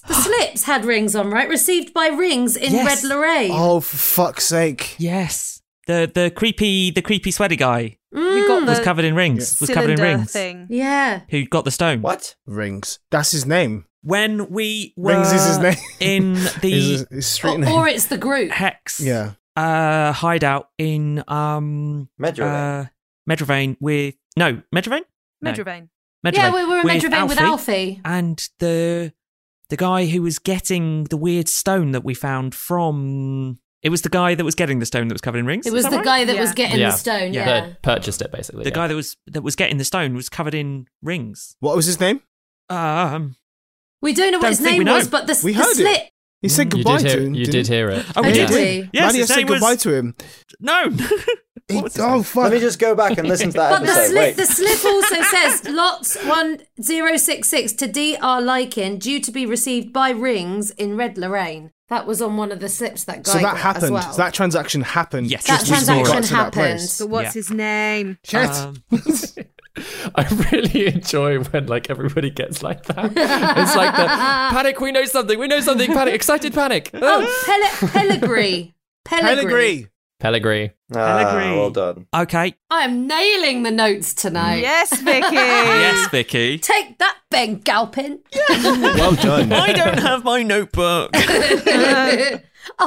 Speaker 3: <gasps>
Speaker 9: the slips had rings on, right? Received by rings in
Speaker 3: Yes.
Speaker 9: red Lorraine.
Speaker 8: Oh, for fuck's sake.
Speaker 3: yes, the the creepy the creepy sweaty guy
Speaker 9: Mm.
Speaker 5: We got
Speaker 3: was
Speaker 5: the
Speaker 3: covered in rings. Was covered in
Speaker 5: cylinder
Speaker 3: rings.
Speaker 5: thing.
Speaker 9: Yeah.
Speaker 3: Who got the stone?
Speaker 6: What?
Speaker 8: Rings. That's his name.
Speaker 3: When we were
Speaker 8: Rings <laughs> is his name.
Speaker 3: in
Speaker 8: His,
Speaker 3: the
Speaker 8: his street
Speaker 9: Or,
Speaker 8: name.
Speaker 9: or it's the group.
Speaker 3: hex
Speaker 8: yeah.
Speaker 3: uh, hideout in um
Speaker 6: Medrave.
Speaker 3: uh, Medravane with no Medravane. No.
Speaker 5: Medravane.
Speaker 3: Medravane.
Speaker 9: Yeah, we were in Medravane with Alfie.
Speaker 3: and the the guy who was getting the weird stone that we found from it was the guy that was getting the stone that was covered in rings.
Speaker 9: It
Speaker 3: is
Speaker 9: was
Speaker 3: that
Speaker 9: the
Speaker 3: right?
Speaker 9: guy that was
Speaker 5: Yeah.
Speaker 9: getting
Speaker 2: Yeah.
Speaker 9: the stone. Yeah.
Speaker 2: They purchased it basically.
Speaker 3: the
Speaker 2: yeah.
Speaker 3: guy that was that was getting the stone was covered in rings.
Speaker 8: What was his name?
Speaker 3: Um,
Speaker 9: We don't know what
Speaker 3: Don't
Speaker 9: his
Speaker 3: think
Speaker 9: name
Speaker 3: we know.
Speaker 9: was, but the, s-
Speaker 8: We
Speaker 9: the
Speaker 8: heard it.
Speaker 9: slit.
Speaker 8: He said
Speaker 2: <gasps> you
Speaker 8: goodbye
Speaker 2: did
Speaker 8: to
Speaker 2: hear,
Speaker 8: him.
Speaker 2: you
Speaker 8: didn't
Speaker 2: did
Speaker 8: he?
Speaker 2: hear it.
Speaker 3: Mm. oh, we
Speaker 9: Yeah.
Speaker 3: did.
Speaker 9: Did we?
Speaker 3: Yes,
Speaker 8: Nadia
Speaker 3: his
Speaker 8: said
Speaker 3: name was
Speaker 8: goodbye to him.
Speaker 3: no. <laughs>
Speaker 8: He,
Speaker 3: What was his
Speaker 8: oh,
Speaker 3: name?
Speaker 8: fuck.
Speaker 6: Let me just go back and listen to that
Speaker 9: But the
Speaker 6: episode.
Speaker 9: slip,
Speaker 6: Wait.
Speaker 9: the slip also says lots one zero six six to DR Lycan due to be received by rings in Red Lorraine. That was on one of the slips that guy.
Speaker 8: so
Speaker 9: got
Speaker 8: that
Speaker 9: as
Speaker 8: happened.
Speaker 9: well.
Speaker 8: That transaction happened.
Speaker 3: Yes.
Speaker 9: That
Speaker 3: just before we
Speaker 9: transaction
Speaker 8: got to that
Speaker 9: happened.
Speaker 8: place.
Speaker 5: But what's
Speaker 3: Yeah.
Speaker 5: his name?
Speaker 8: Shit.
Speaker 3: Um,
Speaker 2: <laughs> I really enjoy when like everybody gets like that. It's like the panic. We
Speaker 8: <laughs>
Speaker 2: know something. We know something. Panic. Excited panic.
Speaker 9: Oh, Pele- Pellegri. Pellegri.
Speaker 8: Pellegrini.
Speaker 2: Pellegrini.
Speaker 6: Ah, well done.
Speaker 3: Okay.
Speaker 9: I am nailing the notes
Speaker 8: Mm.
Speaker 9: tonight.
Speaker 5: Yes,
Speaker 9: <laughs>
Speaker 5: Vicky.
Speaker 3: Yes, Vicky.
Speaker 9: Take that, Ben Galpin.
Speaker 8: Well done.
Speaker 3: I don't have my notebook.
Speaker 9: <laughs> oh,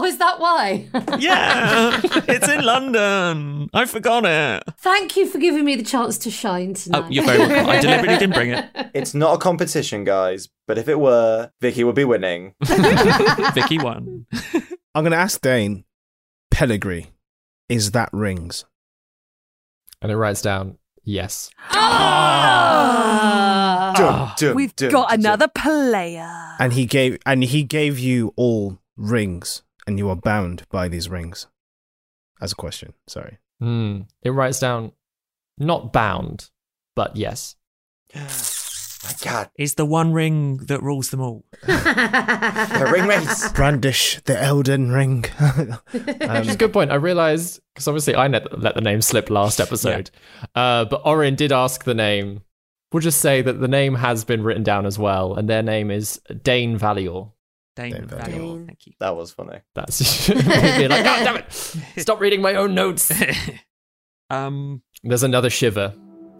Speaker 9: is that why?
Speaker 3: Yeah, it's in London. I forgot it.
Speaker 9: <laughs> Thank you for giving me the chance to shine tonight.
Speaker 3: Oh, you're very welcome.
Speaker 9: <laughs>
Speaker 3: I deliberately didn't bring it.
Speaker 6: <laughs> It's not a competition, guys, but if it were, Vicky would be winning.
Speaker 3: Vicky won.
Speaker 8: I'm going to ask Dane, Pellegrini, is that rings?
Speaker 2: And it writes down, yes.
Speaker 9: Ah!
Speaker 6: Dun, dun,
Speaker 5: We've
Speaker 6: dun,
Speaker 5: got
Speaker 6: dun.
Speaker 5: another player.
Speaker 8: And he gave and he gave you all rings, and you are bound by these rings. As a question, sorry.
Speaker 2: Hmm. It writes down, not bound, but yes.
Speaker 6: My God,
Speaker 3: Is the one ring that rules
Speaker 2: <laughs>
Speaker 3: them all.
Speaker 6: the ring
Speaker 8: <laughs>
Speaker 6: race.
Speaker 8: Brandish the Elden Ring. <laughs>
Speaker 2: Which is a good point. I realized because obviously I let, let the name slip last episode, uh, but Orin did ask the name. We'll just say that the name has been written down as well, and their name is Dane Valior.
Speaker 3: Dane
Speaker 8: Dane Valior.
Speaker 3: Valior. Thank you.
Speaker 6: That was funny.
Speaker 2: That's <laughs> like, God damn it! Stop reading my own notes.
Speaker 3: Um,
Speaker 2: There's another shiver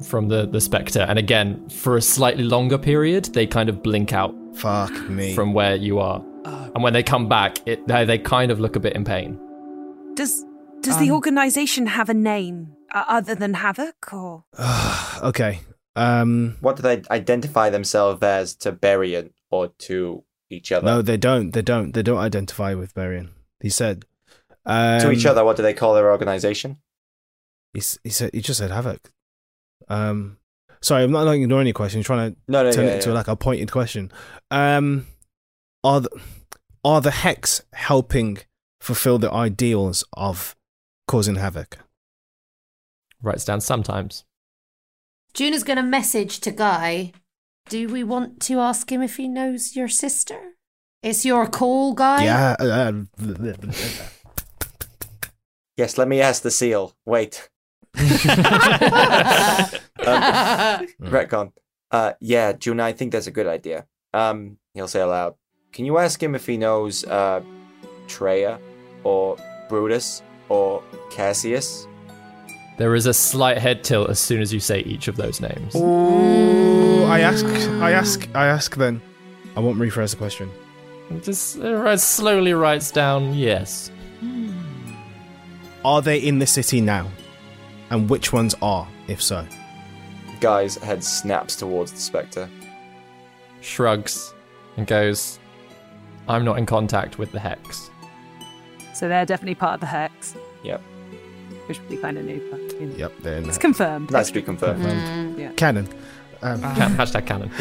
Speaker 2: from the the specter, and again for a slightly longer period, they kind of blink out
Speaker 8: Fuck me.
Speaker 2: from where you are,
Speaker 3: Uh,
Speaker 2: and when they come back, it they, they kind of look a bit in pain.
Speaker 5: Does does the
Speaker 3: Um,
Speaker 5: organisation have a name uh, other than Havoc? Or
Speaker 8: okay. <laughs> Um.
Speaker 6: What do they identify themselves as to Barian or to each other?
Speaker 8: No, they don't. They don't. They don't identify with Varian. He said. Um,
Speaker 6: to each other, what do they call their organization?
Speaker 8: He, s- he said. He just said havoc. Um. Sorry, I'm not like, ignoring your question. I'm trying to
Speaker 6: No, no,
Speaker 8: turn
Speaker 6: yeah,
Speaker 8: it into
Speaker 6: yeah.
Speaker 8: like a pointed question. Um. Are the, are the hex helping fulfill the ideals of causing havoc?
Speaker 2: Writes down sometimes.
Speaker 9: Juna's going to message to Guy. Do we want to ask him if he knows your sister? It's your call, Guy.
Speaker 8: yeah. uh,
Speaker 6: Yes, let me ask the seal. Wait, um, retcon. Uh, yeah, Juna, I think that's a good idea. Um, he'll say aloud. Can you ask him if he knows uh, Treya, or Brutus, or Cassius?
Speaker 2: There is a slight head tilt as soon as you say each of those names.
Speaker 8: Ooh, I ask. I ask. I ask. Then. I won't rephrase the question.
Speaker 2: Just uh, writes- slowly writes down yes.
Speaker 8: Are they in the city now? And which ones are, if so?
Speaker 6: Guy's head snaps towards the spectre.
Speaker 2: shrugs and goes, I'm not in contact with the hex.
Speaker 5: so they're definitely part of the hex,
Speaker 6: Yep.
Speaker 5: which would be kind of new. But, you know.
Speaker 8: Yep, they're in
Speaker 5: It's confirmed.
Speaker 6: Nice to be confirmed.
Speaker 8: Canon. Um,
Speaker 2: Can- hashtag canon.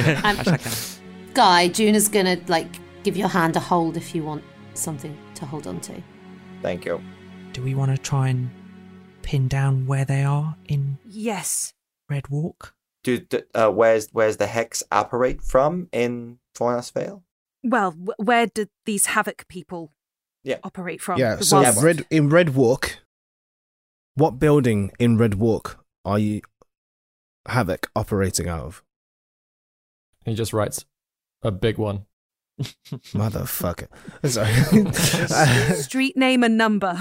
Speaker 2: <laughs>
Speaker 9: Um, Guy, Juna's going to like give your hand a hold if you want something to hold on to.
Speaker 6: Thank you.
Speaker 3: <laughs> Do we want to try and pin down where they are in
Speaker 5: Yes.
Speaker 3: Red Walk?
Speaker 6: Do, d uh, where's where's the hex operate from in Fornas Vale?
Speaker 5: Well, wh- where did these Havoc people
Speaker 6: Yeah.
Speaker 5: operate from?
Speaker 8: yeah,
Speaker 5: The
Speaker 8: so
Speaker 5: ones-
Speaker 8: Red, in Red Walk, what building in Red Walk are you Havoc operating out of?
Speaker 2: He just writes a big one. <laughs>
Speaker 8: Motherfucker.
Speaker 11: <laughs>
Speaker 8: Sorry.
Speaker 5: Street name and
Speaker 6: <laughs>
Speaker 5: number.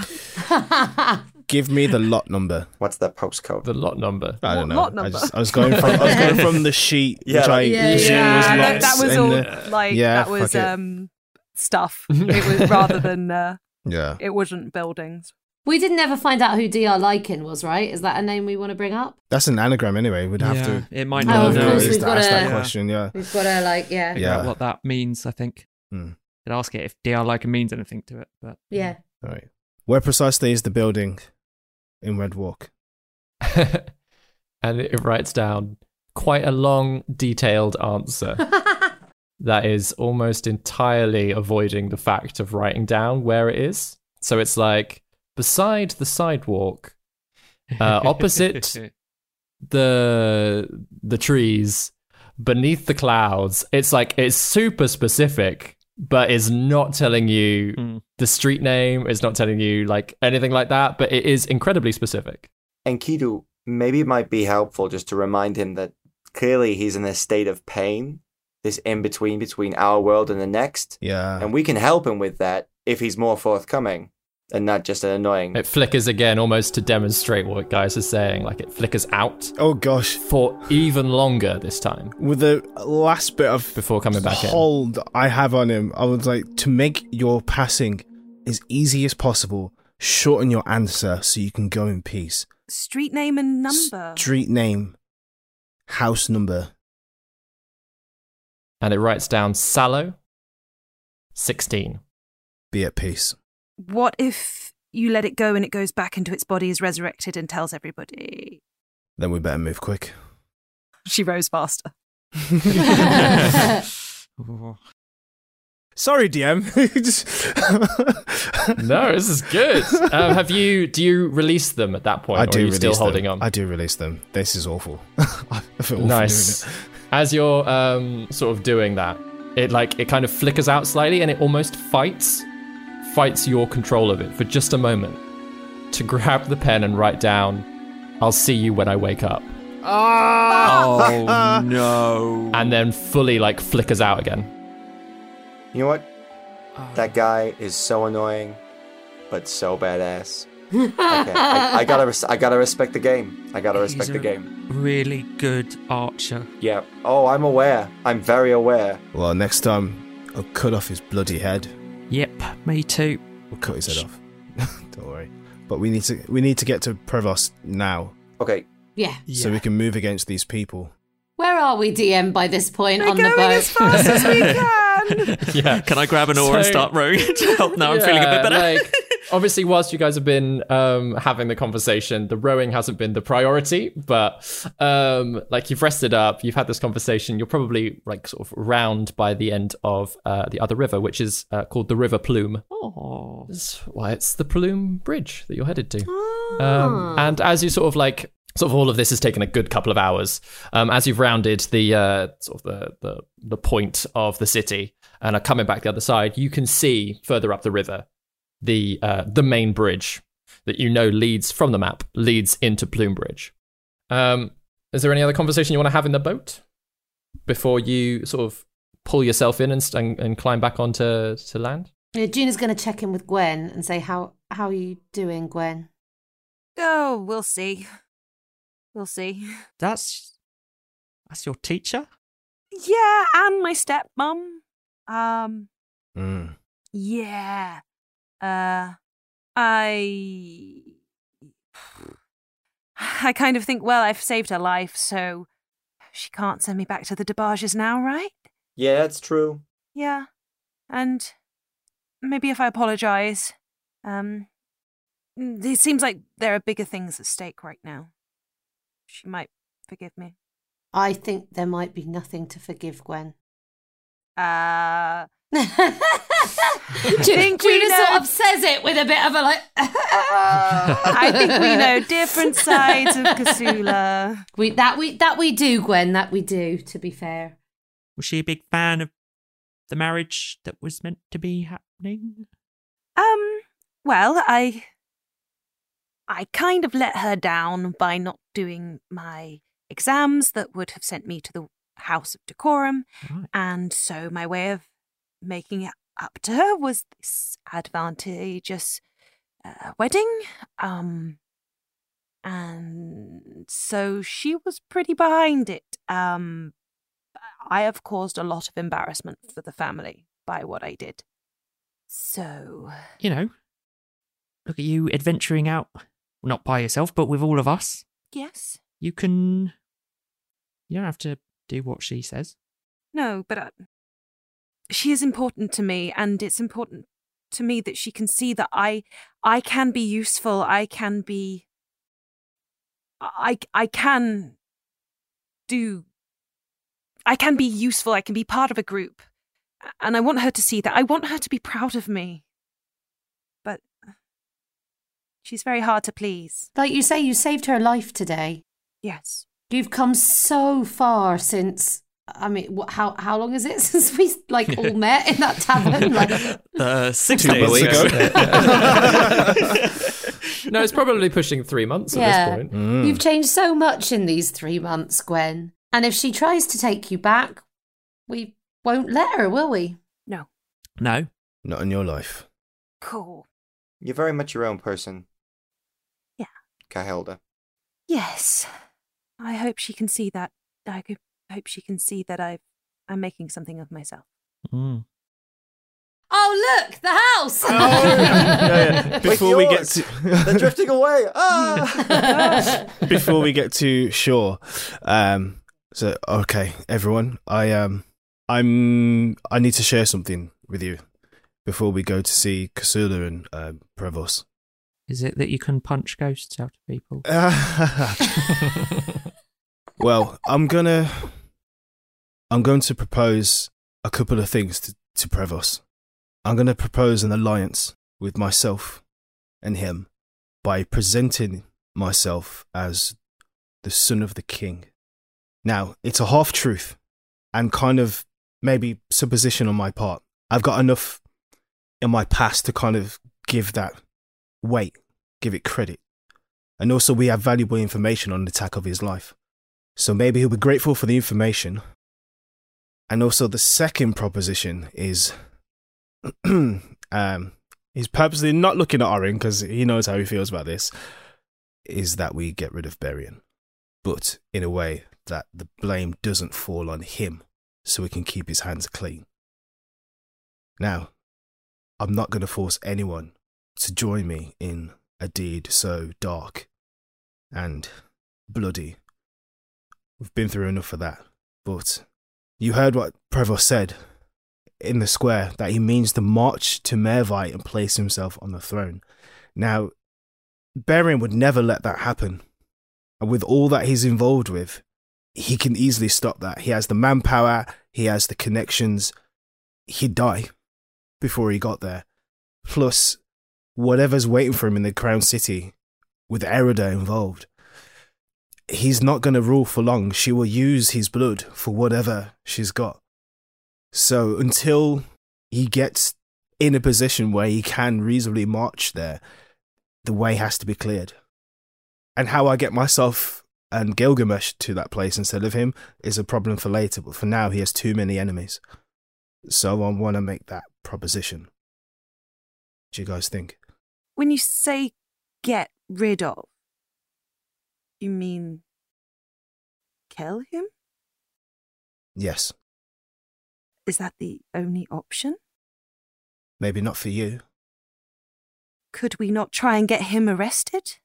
Speaker 8: Give me the lot number.
Speaker 6: What's their postcode?
Speaker 2: The lot number.
Speaker 8: I
Speaker 5: What
Speaker 8: don't know.
Speaker 5: lot
Speaker 8: I,
Speaker 5: number?
Speaker 8: just, I was going from I was going from the sheet,
Speaker 6: Yeah,
Speaker 8: which I
Speaker 6: like-
Speaker 9: Yeah,
Speaker 8: assumed
Speaker 9: yeah.
Speaker 8: was
Speaker 5: Yeah, that,
Speaker 8: lots.
Speaker 5: that was
Speaker 8: and
Speaker 5: all
Speaker 8: the-
Speaker 5: like
Speaker 8: yeah,
Speaker 5: that was
Speaker 8: fuck it.
Speaker 5: um
Speaker 8: <laughs>
Speaker 5: stuff. It was rather than uh,
Speaker 8: yeah.
Speaker 5: it wasn't buildings.
Speaker 9: we didn't ever find out who DR Lycan was, right? Is that a name we want to bring up?
Speaker 8: That's an anagram anyway. We'd have to.
Speaker 3: It might
Speaker 9: Oh,
Speaker 3: not
Speaker 9: of
Speaker 8: know
Speaker 9: course,
Speaker 8: at
Speaker 9: we've
Speaker 8: least to
Speaker 9: got
Speaker 8: ask
Speaker 9: a-
Speaker 8: that
Speaker 9: Yeah.
Speaker 8: question. Yeah.
Speaker 9: We've got to like, yeah,
Speaker 3: figure out
Speaker 8: Yeah.
Speaker 3: what that means, I think.
Speaker 8: Hmm.
Speaker 3: Could ask it if DR Lycan means anything to it, but
Speaker 9: yeah.
Speaker 8: All right. Where precisely is the building in Red Walk?
Speaker 2: and it writes down quite a long, detailed
Speaker 5: <laughs>
Speaker 2: answer that is almost entirely avoiding the fact of writing down where it is. So it's like beside the sidewalk, uh,
Speaker 8: <laughs>
Speaker 3: <laughs>
Speaker 2: opposite the the trees beneath the clouds it's like it's super specific but is not telling you
Speaker 3: Hmm.
Speaker 2: the street name it's not telling you like anything like that but it is incredibly specific
Speaker 6: And Kidu, maybe it might be helpful just to remind him that clearly he's in a state of pain, this in between between our world and the next,
Speaker 8: Yeah.
Speaker 6: and we can help him with that if he's more forthcoming. and not just an annoying.
Speaker 2: It flickers again, almost to demonstrate what guys are saying. Like it flickers out
Speaker 8: Oh gosh.
Speaker 2: for even longer this time
Speaker 8: With the last bit of
Speaker 2: before coming back in.
Speaker 8: <laughs> hold I have on him, I would like to make your passing as easy as possible. Shorten your answer so you can go in peace.
Speaker 11: Street name and number.
Speaker 8: Street name, house number.
Speaker 2: And it writes down Sallow, 16.
Speaker 8: Be at peace.
Speaker 11: what if you let it go and it goes back into its body, is resurrected, and tells everybody?
Speaker 8: Then we better move quick.
Speaker 11: She rose
Speaker 8: <laughs>
Speaker 11: faster.
Speaker 8: Sorry, <laughs> DM. Just-
Speaker 2: <laughs> No, this is good. um, have you? Do you release them at that point?
Speaker 8: I
Speaker 2: or
Speaker 8: do
Speaker 2: are you
Speaker 8: release
Speaker 2: still holding
Speaker 8: them.
Speaker 2: on?
Speaker 8: I do release them. This is awful. <laughs> I feel awful
Speaker 2: nice.
Speaker 8: doing
Speaker 2: As you're um, sort of doing that, it like it kind of flickers out slightly, and it almost fights, fights your control of it for just a moment, to grab the pen and write down, "I'll see you when I wake up,"
Speaker 8: <laughs>
Speaker 3: Oh no.
Speaker 2: and then fully like flickers out again. <laughs>
Speaker 6: You know what? That guy is so annoying, but so badass.
Speaker 9: <laughs>
Speaker 6: Okay, I, I gotta, res- I gotta respect the game. I gotta respect
Speaker 3: He's
Speaker 6: the
Speaker 3: a
Speaker 6: game.
Speaker 3: Really good <laughs> archer.
Speaker 6: Yeah. Oh, I'm aware. I'm very aware.
Speaker 8: it. Well, next time, I'll cut off his bloody head.
Speaker 3: Yep, me too.
Speaker 8: We'll cut his head off. <laughs> Don't worry. But we need to we need to get to Prevost now,
Speaker 6: Okay.
Speaker 9: yeah.
Speaker 8: so we can move against these people.
Speaker 9: Where are we, DM, by this point
Speaker 11: We're
Speaker 9: on the
Speaker 11: going
Speaker 9: boat?
Speaker 11: as fast as
Speaker 9: <laughs>
Speaker 11: we can.
Speaker 2: Yeah.
Speaker 3: Can I grab an oar and
Speaker 2: So-
Speaker 3: start rowing to help? Now I'm feeling a bit
Speaker 2: Yeah,
Speaker 3: better. <laughs>
Speaker 2: like, obviously, whilst you guys have been um, having the conversation, the rowing hasn't been the priority. But um, like you've rested up, you've had this conversation. You're probably like sort of round by the end of uh, the other river, which is uh, called the River Plume.
Speaker 3: oh.
Speaker 2: That's why it's the Plume Bridge that you're headed to.
Speaker 3: Ah.
Speaker 2: Um, and as you sort of like, sort of all of this has taken a good couple of hours. Um, as you've rounded the uh, sort of the, the the point of the city and are coming back the other side, you can see further up the river the uh, the main bridge that you know leads from the map leads into Plume Bridge. Um, is there any other conversation you want to have in the boat before you sort of pull yourself in and st- and, and climb back onto to land?
Speaker 9: Yeah, Gina's going to check in with Gwen and say, how, how are you doing, Gwen?
Speaker 11: Oh, we'll see. We'll see.
Speaker 3: That's that's your teacher?
Speaker 11: Yeah, and my stepmom. Um,
Speaker 8: Mm.
Speaker 11: yeah. Uh, I. <sighs> I kind of think, well, I've saved her life, so she can't send me back to the Debarges now, right?
Speaker 6: Yeah, it's true.
Speaker 11: Yeah. And maybe if I apologize, um, mm, it seems like there are bigger things at stake right now. She might forgive me.
Speaker 9: I think there might be nothing to forgive, Gwen.
Speaker 11: Uh,
Speaker 9: <laughs> Ju-
Speaker 11: <laughs> Think we
Speaker 9: Gina
Speaker 11: know-
Speaker 9: sort of says it with a bit of a like. <laughs>
Speaker 11: I think we know different sides of Kasula.
Speaker 9: We that we that we do, Gwen. That we do. To be fair,
Speaker 3: Was she a big fan of the marriage that was meant to be happening?
Speaker 11: Um, well, I. I kind of let her down by not doing my exams that would have sent me to the House of Decorum,
Speaker 3: Right.
Speaker 11: and so my way of making it up to her was this advantageous uh, wedding. Um, and so she was pretty behind it. Um, I have caused a lot of embarrassment for the family by what I did. So,
Speaker 3: You know. Look at you adventuring out not by yourself, but with all of us.
Speaker 11: yes,
Speaker 3: You can you don't have to do what she says.
Speaker 11: no, but I, she is important to me, and it's important to me that she can see that I, I can be useful. I can be. I I can. Do. I can be useful. I can be part of a group, and I want her to see that. I want her to be proud of me. But she's very hard to please.
Speaker 9: like you say, you saved her life today.
Speaker 11: Yes.
Speaker 9: You've come so far since. I mean, wh- how how long is it <laughs> since we like all met in that tavern? Like,
Speaker 3: Uh, six
Speaker 8: Two months ago.
Speaker 3: <laughs>
Speaker 2: No, it's probably pushing three months
Speaker 9: Yeah.
Speaker 2: at this point.
Speaker 8: Mm.
Speaker 9: you've changed so much in these three months, Gwen. And if she tries to take you back, we won't let her, will we?
Speaker 11: No.
Speaker 3: No.
Speaker 8: Not in your life.
Speaker 11: Cool.
Speaker 6: You're very much your own person.
Speaker 5: Yeah.
Speaker 6: Cahelda.
Speaker 5: Yes. I hope she can see that. I could- hope she can see that I've, I'm making something of myself.
Speaker 9: Oh, look,
Speaker 8: <laughs>
Speaker 9: the house.
Speaker 8: Before we get to <laughs>
Speaker 6: They're drifting away. Ah!
Speaker 8: before we get to shore, um, so okay, everyone, I um, I'm I need to share something with you before we go to see Kasula and uh, Prevost.
Speaker 3: Is it that you can punch ghosts out of people? <laughs>
Speaker 8: well, I'm gonna I'm going to propose a couple of things to, to Prevost. I'm gonna propose an alliance with myself and him by presenting myself as the son of the king. Now, it's a half truth and kind of maybe supposition on my part. I've got enough in my past to kind of give that weight, give it credit. And also, we have valuable information on the attack of his life. So maybe he'll be grateful for the information. And also, the second proposition is <clears throat> um, he's purposely not looking at Orin because he knows how he feels about this is that we get rid of Berian, but in a way that the blame doesn't fall on him so he can keep his hands clean. Now, I'm not going to force anyone to join me in a deed so dark and bloody. We've been through enough of that. But you heard what Prevost said in the square that he means to march to Mervite and place himself on the throne. Now, Berian would never let that happen. And with all that he's involved with, he can easily stop that. He has the manpower, he has the connections. He'd die before he got there. Plus, whatever's waiting for him in the Crown City with Erida involved, he's not going to rule for long. She will use his blood for whatever she's got. So until he gets in a position where he can reasonably march there, the way has to be cleared. And how I get myself and Gilgamesh to that place instead of him is a problem for later, but for now he has too many enemies. So I want to make that proposition. Do you guys think?
Speaker 5: When you say get rid of, you mean kill him?
Speaker 8: Yes.
Speaker 5: Is that the only option?
Speaker 8: Maybe not for you.
Speaker 5: Could we not try and get him arrested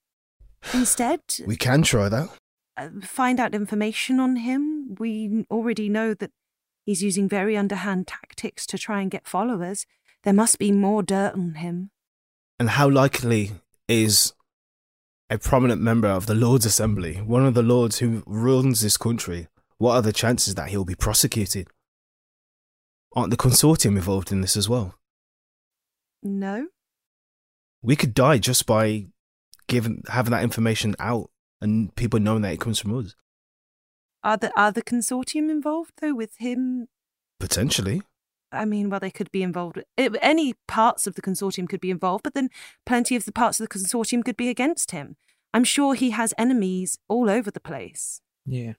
Speaker 5: instead?
Speaker 8: We can try that.
Speaker 5: uh, find out information on him. We already know that he's using very underhand tactics to try and get followers. There must be more dirt on him.
Speaker 8: And how likely is a prominent member of the Lords Assembly, one of the Lords who rules this country, what are the chances that he'll be prosecuted? Aren't the consortium involved in this as well?
Speaker 5: No?
Speaker 8: We could die just by giving having that information out and people knowing that it comes from us.
Speaker 5: Are the, are the consortium involved, though, with him?
Speaker 8: Potentially.
Speaker 5: I mean, well, they could be involved. eh, Any parts of the consortium could be involved, but then plenty of the parts of the consortium could be against him. I'm sure he has enemies all over the place.
Speaker 3: Yeah.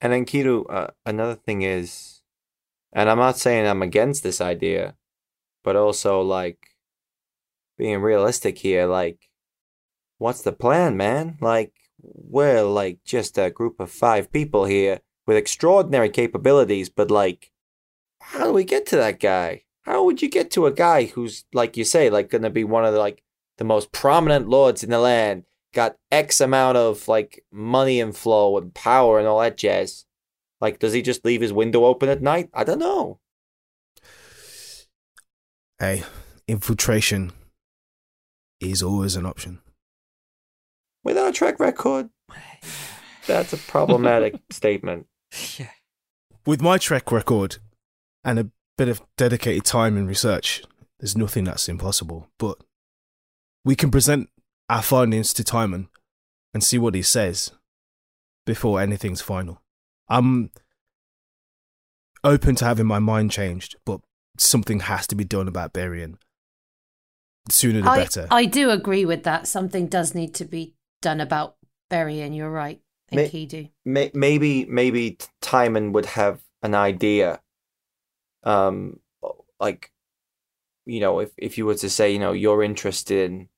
Speaker 6: And then Kiru, uh, another thing is, and I'm not saying I'm against this idea, but also like being realistic here. Like, what's the plan, man? Like, we're like just a group of five people here with extraordinary capabilities, but like, how do we get to that guy? How would you get to a guy who's like you say, like gonna be one of the, like the most prominent lords in the land? got X amount of like money and flow and power and all that jazz. Like, does he just leave his window open at night? I don't know.
Speaker 8: Hey, infiltration is always an option.
Speaker 6: Without a track record, that's a problematic statement.
Speaker 8: With my track record and a bit of dedicated time and research, there's nothing that's impossible. But we can present our findings to Timon and see what he says before anything's final. I'm open to having my mind changed, but something has to be done about Berian. The sooner the
Speaker 9: I,
Speaker 8: better.
Speaker 9: I do agree with that. Something does need to be done about burying. You're right. I think
Speaker 6: Ma-
Speaker 9: he do.
Speaker 6: May- maybe maybe T- Timon would have an idea, um, like you know, if if you were to say, you know, you're interested in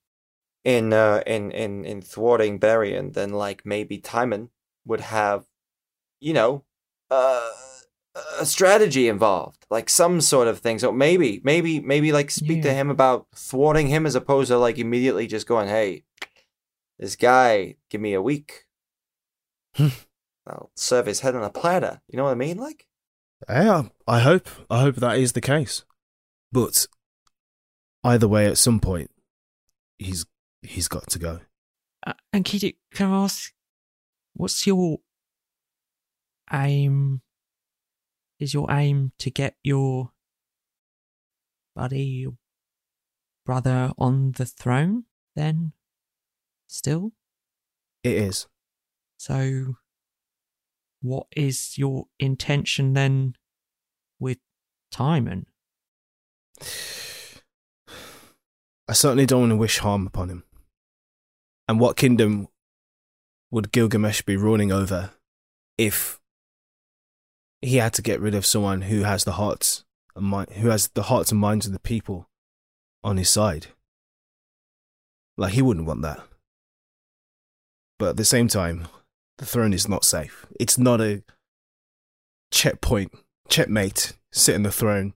Speaker 6: in uh, in in in thwarting Barian, then like maybe Timon would have, you know, uh, a strategy involved, like some sort of thing. So maybe maybe maybe like speak to him about thwarting him as opposed to like immediately just going, hey, this guy, give me a week. I'll serve his head on a platter. You know what I mean? Like,
Speaker 8: Yeah, I hope. I hope that is the case. But either way, at some point, he's he's got to go.
Speaker 3: Uh, and Kid, can I ask, what's your aim? Is your aim to get your buddy, your brother on the throne then? Still?
Speaker 8: It is.
Speaker 3: So, what is your intention then with Timon?
Speaker 8: I certainly don't want to wish harm upon him. And what kingdom would Gilgamesh be ruling over if he had to get rid of someone who has the hearts and mind, who has the hearts and minds of the people on his side? Like he wouldn't want that. But at the same time, the throne is not safe. It's not a checkpoint, checkmate, sit on the throne,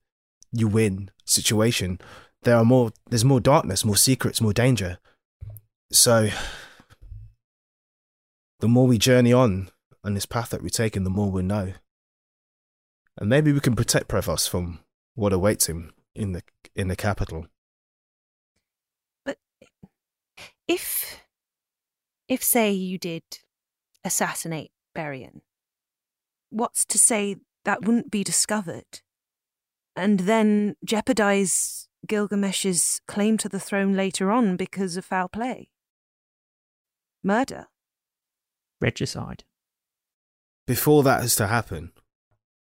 Speaker 8: you win situation. There are more there's more darkness, more secrets, more danger. So the more we journey on on this path that we're taking, the more we'll know. And maybe we can protect Prevost from what awaits him in the in the capital.
Speaker 11: if if say you did assassinate Berian, what's to say that wouldn't be discovered and then jeopardize Gilgamesh's claim to the throne later on because of foul play? Murder.
Speaker 3: Regicide.
Speaker 8: Before that has to happen,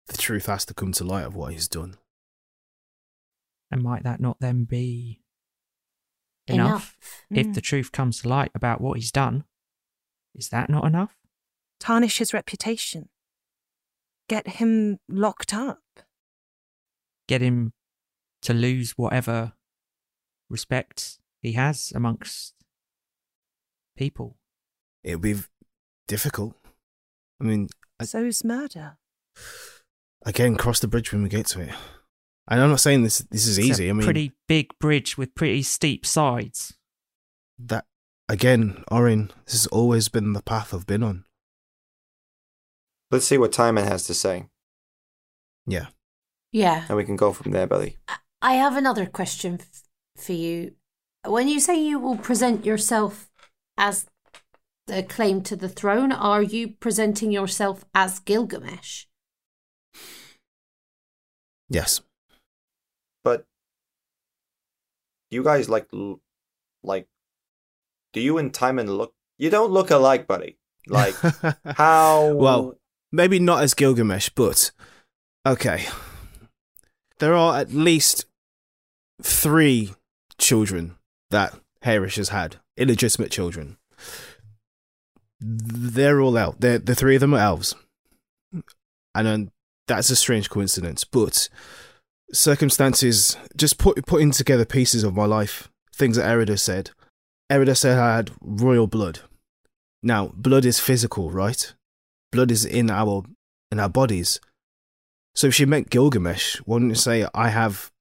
Speaker 8: the truth has to come to light of what he's done.
Speaker 3: And might that not then be enough?
Speaker 11: Enough.
Speaker 3: If
Speaker 11: Mm.
Speaker 3: the truth comes to light about what he's done, is that not enough?
Speaker 11: Tarnish his reputation. Get him locked up.
Speaker 3: Get him to lose whatever respect he has amongst people.
Speaker 8: It'll be v- difficult. I mean, I-
Speaker 11: So is murder.
Speaker 8: again, cross the bridge when we get to it. And I'm not saying this this is
Speaker 3: It's a
Speaker 8: easy. I mean,
Speaker 3: pretty big bridge with pretty steep sides.
Speaker 8: that again, Orin, this has always been the path I've been on.
Speaker 6: let's see what Timon has to say,
Speaker 8: Yeah.
Speaker 9: Yeah.
Speaker 6: and we can go from there, buddy.
Speaker 9: I have another question f- for you. When you say you will present yourself as the claim to the throne, are you presenting yourself as Gilgamesh?
Speaker 8: Yes.
Speaker 6: But you guys like l- like do you and Timon look? You don't look alike, buddy.
Speaker 8: <laughs>
Speaker 6: Like how?
Speaker 8: Well, maybe not as Gilgamesh, but okay. There are at least three children that Harish has had, illegitimate children. They're all out. They're, the three of them are elves. And um, that's a strange coincidence, but circumstances, just put, putting together pieces of my life, things that Erida said. Erida said I had royal blood. Now, blood is physical, right? Blood is in our in our bodies. So if she meant Gilgamesh, wouldn't it say I have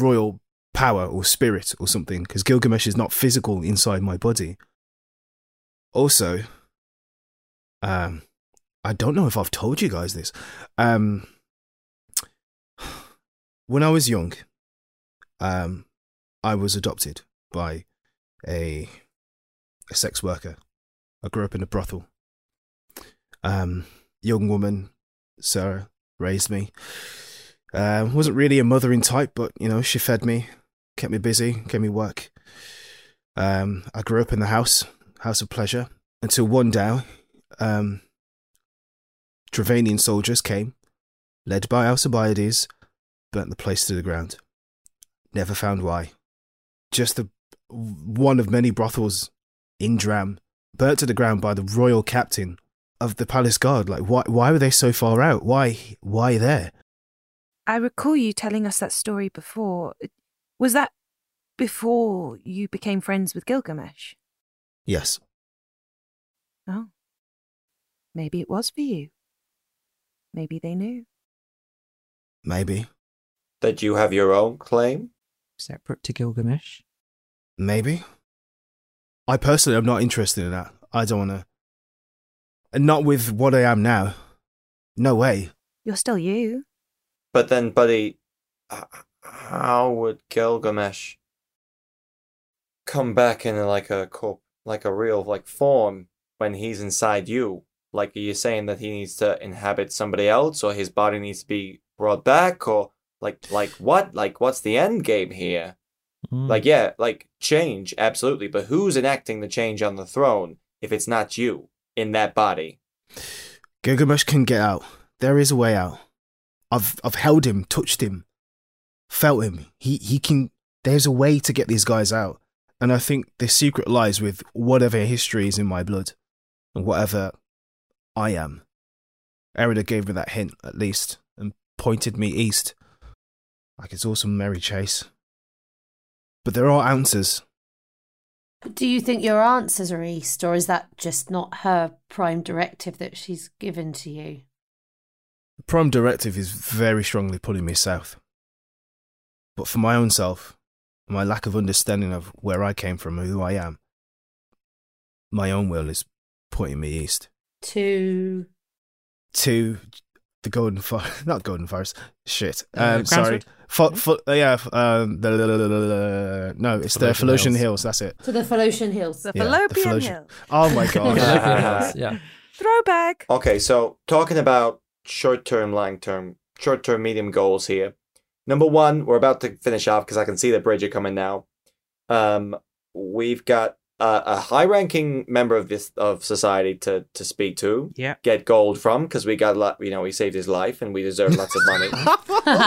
Speaker 8: royal power or spirit or something? Because Gilgamesh is not physical inside my body. Also, um, I don't know if I've told you guys this. Um, <sighs> when I was young, um, I was adopted by a a sex worker. I grew up in a brothel. Um, young woman, Sarah, raised me. Um, wasn't really a mothering type, but you know, she fed me, kept me busy, gave me work. Um, I grew up in the house, house of pleasure, until one day, um, Dravanian soldiers came, led by Alcibiades, burnt the place to the ground. Never found why. Just the one of many brothels in Dram, burnt to the ground by the royal captain of the palace guard. Like, why? Why were they so far out? Why? Why there?
Speaker 11: I recall you telling us that story before. Uh, Was that before you became friends with Gilgamesh?
Speaker 8: Yes.
Speaker 11: Oh. Maybe it was for you. Maybe they knew.
Speaker 8: Maybe.
Speaker 6: That you have your own claim?
Speaker 3: Separate to Gilgamesh?
Speaker 8: Maybe. I personally am not interested in that. I don't want to. And not with what I am now. No way.
Speaker 11: You're still you.
Speaker 6: But then, buddy, h- how would Gilgamesh come back in like a corp, like a real like form when he's inside you? Like, are you saying that he needs to inhabit somebody else, or his body needs to be brought back, or like, like what? Like, what's the end game here?
Speaker 2: Hmm.
Speaker 6: Like, yeah, like change, absolutely. But who's enacting the change on the throne if it's not you in that body?
Speaker 8: Gilgamesh can get out. There is a way out. I've I've held him, touched him, felt him. He he can. There's a way to get these guys out, and I think the secret lies with whatever history is in my blood, and whatever I am. Erida gave me that hint at least, and pointed me east. Like it's all some merry chase, but there are answers.
Speaker 9: Do you think your answers are east, or is that just not her prime directive that she's given to you?
Speaker 8: The prime directive is very strongly pulling me south. But for my own self, my lack of understanding of where I came from, who I am, my own will is pointing me east
Speaker 9: To
Speaker 8: to the Golden Forest. <laughs> Not Golden Forest. Shit.
Speaker 10: Uh,
Speaker 8: Um, sorry.
Speaker 10: Cransford?
Speaker 8: Fo- fo- uh, yeah. f- Um, the, the- the- the- the- no, it's the
Speaker 10: Fallopian
Speaker 8: Fallopian
Speaker 10: Hills.
Speaker 8: Hills. That's it.
Speaker 9: to the Fallopian Hills.
Speaker 8: Yeah, the Fallopian- Oh <laughs> my god.
Speaker 2: yeah.
Speaker 11: Throwback.
Speaker 6: Okay, so talking about short term, long term, short term, medium goals here. Number one, we're about to finish off because I can see the bridge are coming now. Um, we've got a, a high ranking member of this of society to to speak to.
Speaker 3: Yeah.
Speaker 6: Get gold from because we got a lot. You know, he saved his life, and we deserve lots of money.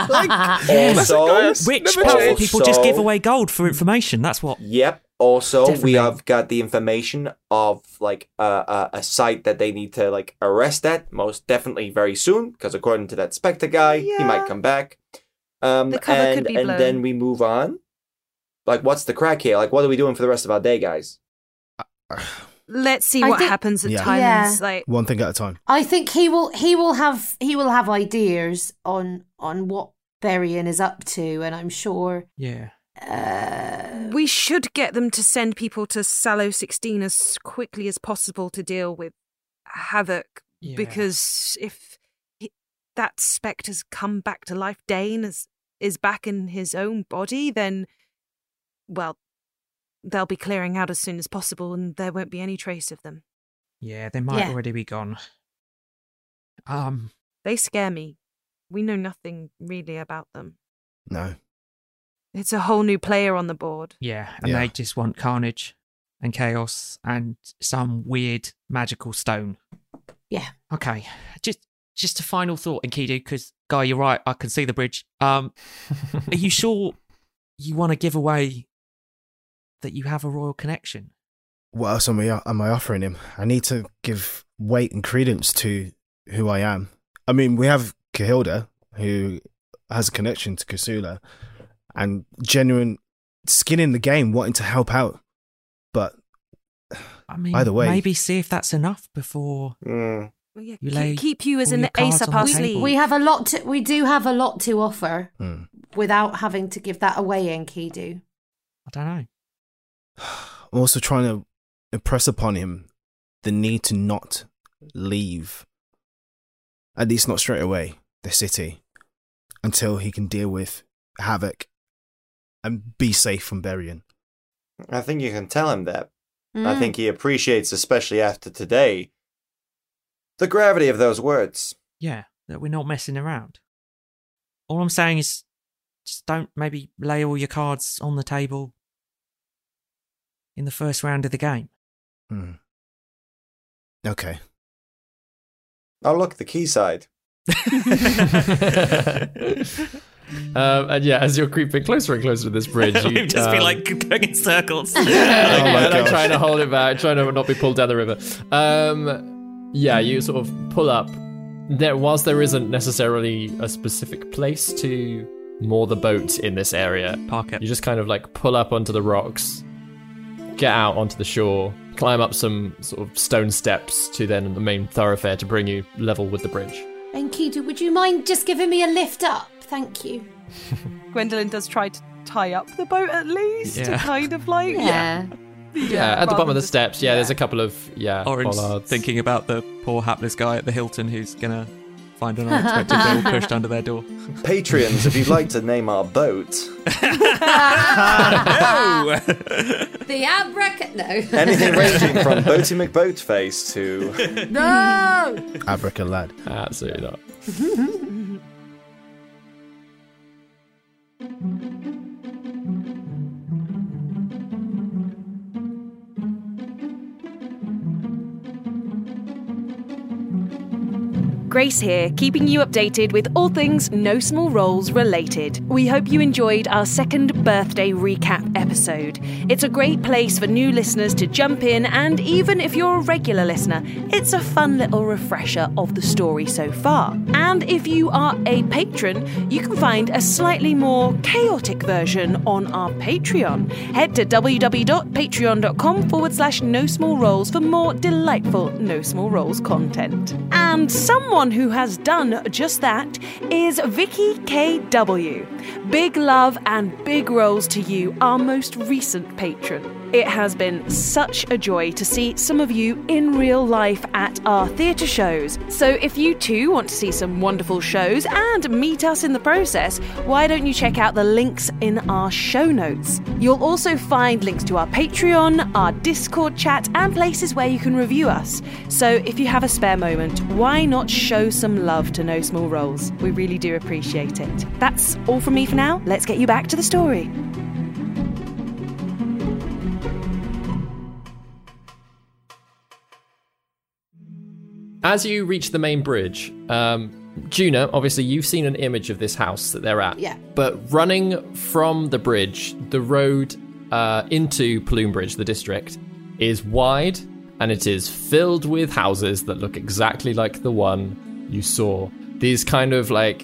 Speaker 11: <laughs>
Speaker 3: <laughs>
Speaker 6: also,
Speaker 3: Rich, powerful people just give away gold for information. That's what.
Speaker 6: Yep. Also,
Speaker 3: Definitely.
Speaker 6: we have got the information of like a a a site that they need to like arrest at most definitely very soon because according to that Spectre guy, he might come back. Um,
Speaker 11: The cover
Speaker 6: and
Speaker 11: could be
Speaker 6: and
Speaker 11: blown.
Speaker 6: then we move on. Like, what's the crack here? Like, what are we doing for the rest of our day, guys?
Speaker 11: Let's see
Speaker 9: I
Speaker 11: what
Speaker 9: think-
Speaker 11: happens at
Speaker 8: Yeah.
Speaker 11: Timon's.
Speaker 9: Yeah.
Speaker 11: Like,
Speaker 8: One thing at a time.
Speaker 9: I think he will he will have he will have ideas on on what Berrien is up to, and I'm sure
Speaker 3: Yeah.
Speaker 11: we should get them to send people to Sallow 16 as quickly as possible to deal with Havoc
Speaker 3: Yeah.
Speaker 11: because if he, that spectre's come back to life, Dane is, is back in his own body, then, well, they'll be clearing out as soon as possible and there won't be any trace of them.
Speaker 3: Yeah, they might
Speaker 9: Yeah.
Speaker 3: already be gone. Um,
Speaker 11: They scare me. We know nothing really about them.
Speaker 8: No.
Speaker 11: It's a whole new player on the board.
Speaker 3: yeah, and
Speaker 8: Yeah.
Speaker 3: they just want carnage and chaos and some weird magical stone.
Speaker 9: yeah.
Speaker 3: Okay, just just a final thought, Enkidu, because Guy, you're right. I can see the bridge.
Speaker 8: <laughs>
Speaker 3: Um, are you sure you want to give away that you have a royal connection?
Speaker 8: What else am I am I offering him? I need to give weight and credence to who I am. I mean, we have Kahilda, who has a connection to Kasula, and genuine skin in the game, wanting to help out. But
Speaker 3: I mean,
Speaker 8: Either way-
Speaker 3: maybe see if that's enough before
Speaker 6: Mm.
Speaker 11: Well, yeah,
Speaker 3: You
Speaker 11: ke-
Speaker 3: lay
Speaker 11: keep you as
Speaker 3: all
Speaker 11: an
Speaker 3: your
Speaker 11: ace
Speaker 3: cards
Speaker 11: up
Speaker 3: on the
Speaker 11: our
Speaker 3: table.
Speaker 11: sleeve.
Speaker 9: We have a lot to we do have a lot to offer
Speaker 8: hmm,
Speaker 9: without having to give that away, Enkidu.
Speaker 3: I don't know.
Speaker 8: I'm also trying to impress upon him the need to not leave, at least not straight away, the city until he can deal with havoc and be safe from
Speaker 6: <laughs>
Speaker 8: Berrien.
Speaker 6: I think you can tell him that. I
Speaker 9: Mm.
Speaker 6: think he appreciates, especially after today, the gravity of those words.
Speaker 3: Yeah, that we're not messing around. All I'm saying is just don't maybe lay all your cards on the table in the first round of the game.
Speaker 8: Hmm. Okay.
Speaker 6: Oh, look, the quayside.
Speaker 2: Um, and yeah, as you're creeping closer and closer to this
Speaker 8: <laughs>
Speaker 2: bridge, you
Speaker 3: <laughs> We'd just be
Speaker 2: um,
Speaker 3: like going
Speaker 2: <laughs>
Speaker 3: in circles. <laughs> Oh
Speaker 2: and,
Speaker 8: Oh my
Speaker 2: and I'm
Speaker 8: gosh.
Speaker 2: trying to hold it back, trying to not be pulled down the river. Um, yeah, you sort of pull up. There, whilst there isn't necessarily a specific place to moor the boat in this area. Park it. You just kind of like pull up onto the rocks, get out onto the shore, climb up some sort of stone steps to then the main thoroughfare to bring you level with the bridge.
Speaker 9: And Kido, would you mind just giving me a lift up? Thank
Speaker 11: <laughs>
Speaker 9: you.
Speaker 5: Gwendolyn does try to tie up the boat at least to
Speaker 2: Yeah.
Speaker 5: kind of like
Speaker 9: Yeah.
Speaker 2: Yeah, at the bottom
Speaker 5: rather
Speaker 2: of the
Speaker 5: than-
Speaker 2: steps. Yeah, there's a couple of yeah
Speaker 3: Orange
Speaker 2: bollards.
Speaker 3: thinking about the poor hapless guy at the Hilton who's gonna find an unexpected
Speaker 2: <laughs>
Speaker 3: bill pushed under their door.
Speaker 6: Patreons, if you'd like to name our boat,
Speaker 9: The abrac... No.
Speaker 6: anything
Speaker 9: <laughs>
Speaker 6: ranging from Boaty
Speaker 8: <laughs>
Speaker 6: McBoatface to
Speaker 9: No!
Speaker 8: Abraca lad.
Speaker 2: Absolutely not.
Speaker 11: Grace here, keeping you updated with all things No Small Roles related. We hope you enjoyed our second birthday recap episode. It's a great place for new listeners to jump in, and even if you're a regular listener, it's a fun little refresher of the story so far. And if you are a patron, you can find a slightly more chaotic version on our Patreon. Head to www.patreon.com forward slash no small roles for more delightful No Small Roles content. And someone who has done just that is Vicky KW. Big love and big roles to you, our most recent patron. It has been such a joy to see some of you in real life at our theatre shows. So, if you too want to see some wonderful shows and meet us in the process, why don't you check out the links in our show notes? You'll also find links to our Patreon, our Discord chat, and places where you can review us. So, if you have a spare moment, why not show some love to No Small Roles? We really do appreciate it. That's all from me for now. Let's get you back to the story.
Speaker 2: As you reach the main bridge, um, Juna, obviously you've seen an image of this house that they're at.
Speaker 9: Yeah.
Speaker 2: But running from the bridge, the road uh, into Plume Bridge, the district, is wide and it is filled with houses that look exactly like the one you saw. These kind of like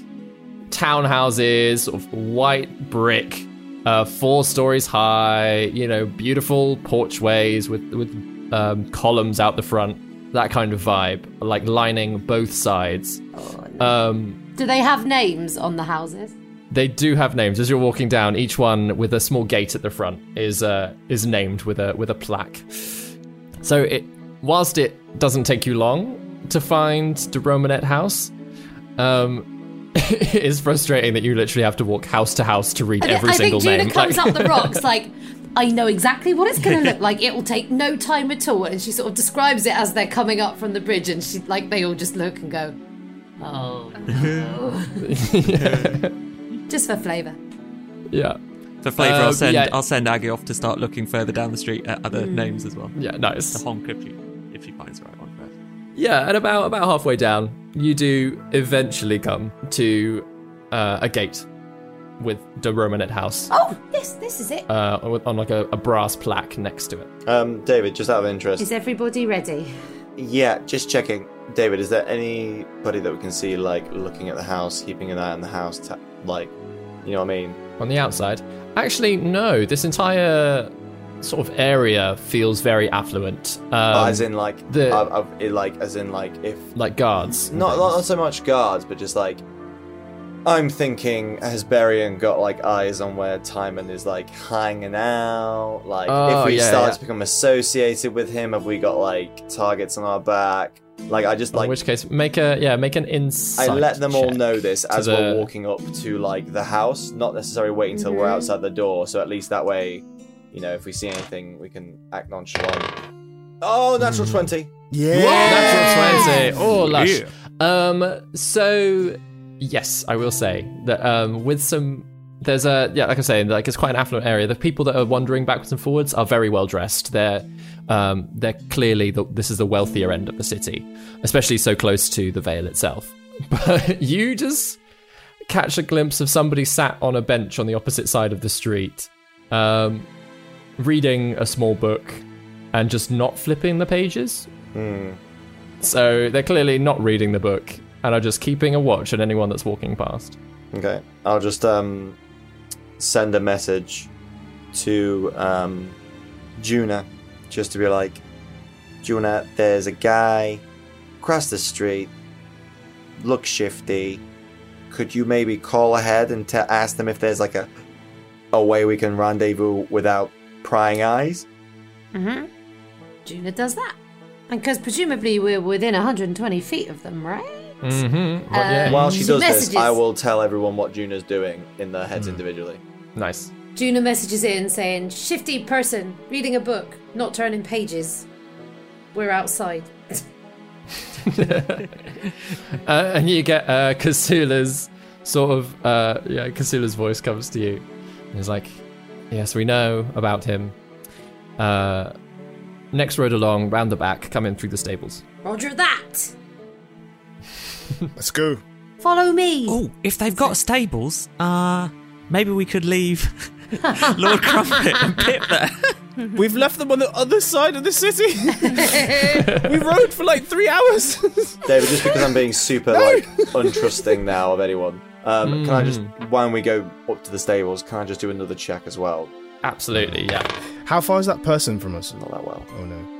Speaker 2: townhouses, sort of white brick, uh, four stories high. You know, beautiful porchways with with um, columns out the front. That kind of vibe, like lining both sides. um,
Speaker 9: Do they have names on the houses?
Speaker 2: they do have names. As you're walking down, each one with a small gate at the front is uh, is named with a with a plaque. So it, whilst it doesn't take you long to find the Romanet house, um, <laughs> it is frustrating that you literally have to walk house to house to read
Speaker 9: I, thi-
Speaker 2: every
Speaker 9: I
Speaker 2: single
Speaker 9: think Gina
Speaker 2: name.
Speaker 9: comes
Speaker 2: Like- <laughs>
Speaker 9: up the rocks like, I know exactly what it's going to look like. It will take no time at all. And she sort of describes it as they're coming up from the bridge, and she like they all just look and go,
Speaker 2: <laughs>
Speaker 9: oh, just for flavour.
Speaker 2: <laughs> yeah.
Speaker 3: For flavour,
Speaker 2: Um,
Speaker 3: I'll send
Speaker 2: yeah.
Speaker 3: I'll send Aggie off to start looking further down the street at other
Speaker 9: Mm.
Speaker 3: names as well.
Speaker 2: Yeah, nice.
Speaker 3: To honk if you if she finds the right one first.
Speaker 2: Yeah, and about about halfway down, you do eventually come to uh, a gate with the Romanet house
Speaker 9: Oh, this this is it.
Speaker 2: uh, with- on like a, a brass plaque next to it.
Speaker 6: um, David. Just out of interest,
Speaker 9: Is everybody ready?
Speaker 6: yeah, just checking. David, is there anybody that we can see like looking at the house, keeping an eye on the house, ta- like, you know what I mean?
Speaker 2: on the outside. Actually, no. This entire sort of area feels very affluent. Um,
Speaker 6: Uh, as in like
Speaker 2: the-
Speaker 6: I've, I've, it, like as in like if
Speaker 2: like guards. and
Speaker 6: not
Speaker 2: things.
Speaker 6: not, not so much guards, but just like I'm thinking has Berian got like eyes on where Timon is like hanging out? Like
Speaker 2: Oh,
Speaker 6: if we
Speaker 2: yeah,
Speaker 6: start
Speaker 2: yeah.
Speaker 6: to become associated with him, have we got like targets on our back? Like I just
Speaker 2: in
Speaker 6: like
Speaker 2: which case, make a yeah, make an
Speaker 6: I
Speaker 2: insight.
Speaker 6: let them all
Speaker 2: check
Speaker 6: know this
Speaker 2: to
Speaker 6: as
Speaker 2: the-
Speaker 6: we're walking up to like the house, not necessarily waiting till we're outside the door. So at least that way, you know, if we see anything, we can act nonchalant. Oh, natural twenty.
Speaker 8: Yeah.
Speaker 2: Natural 20. Oh, lush.
Speaker 10: Yeah.
Speaker 2: Um, so, yes, I will say that um, with some. There's a. Yeah, like I say, like it's quite an affluent area. The people that are wandering backwards and forwards are very well dressed. They're. Um, they're clearly the, this is the wealthier end of the city, especially so close to the Vale itself. <laughs> But you just catch a glimpse of somebody sat on a bench on the opposite side of the street, um, reading a small book, and just not flipping the pages.
Speaker 6: Hmm.
Speaker 2: So they're clearly not reading the book. and are just keeping a watch on anyone that's walking past.
Speaker 6: Okay. I'll just um send a message to um Juna just to be like Juna, there's a guy across the street looks shifty. Could you maybe call ahead and to ask them if there's like a a way we can rendezvous without prying eyes?
Speaker 9: Mm-hmm. Juna does that. And because presumably we're within 120 feet of them, right?
Speaker 2: Mm-hmm.
Speaker 9: Well, yeah. Um,
Speaker 6: While she does
Speaker 9: messages.
Speaker 6: this, I will tell everyone what Juna's doing in their heads individually.
Speaker 2: Hmm. Nice.
Speaker 9: Juna messages in saying, Shifty person, reading a book, not turning pages. We're outside. <laughs>
Speaker 2: Uh, and you get uh, Kasula's sort of uh, yeah. Kasula's voice comes to you. And he's like, "Yes, we know about him." Uh, next road along, round the back, come in through the stables.
Speaker 9: Roger that.
Speaker 8: Let's go.
Speaker 9: Follow me.
Speaker 3: Oh, if they've got stables, uh, maybe we could leave <laughs> Lord Crumpet and Pip there.
Speaker 8: <laughs> We've left them on the other side of the city. <laughs> we rode for like three hours. <laughs>
Speaker 6: David, just because I'm being super like untrusting now of anyone, um, can I just when we go up to the stables, can I just do another check as well?
Speaker 2: Absolutely, yeah.
Speaker 8: How far is that person from us?
Speaker 6: Not that well.
Speaker 8: Oh no.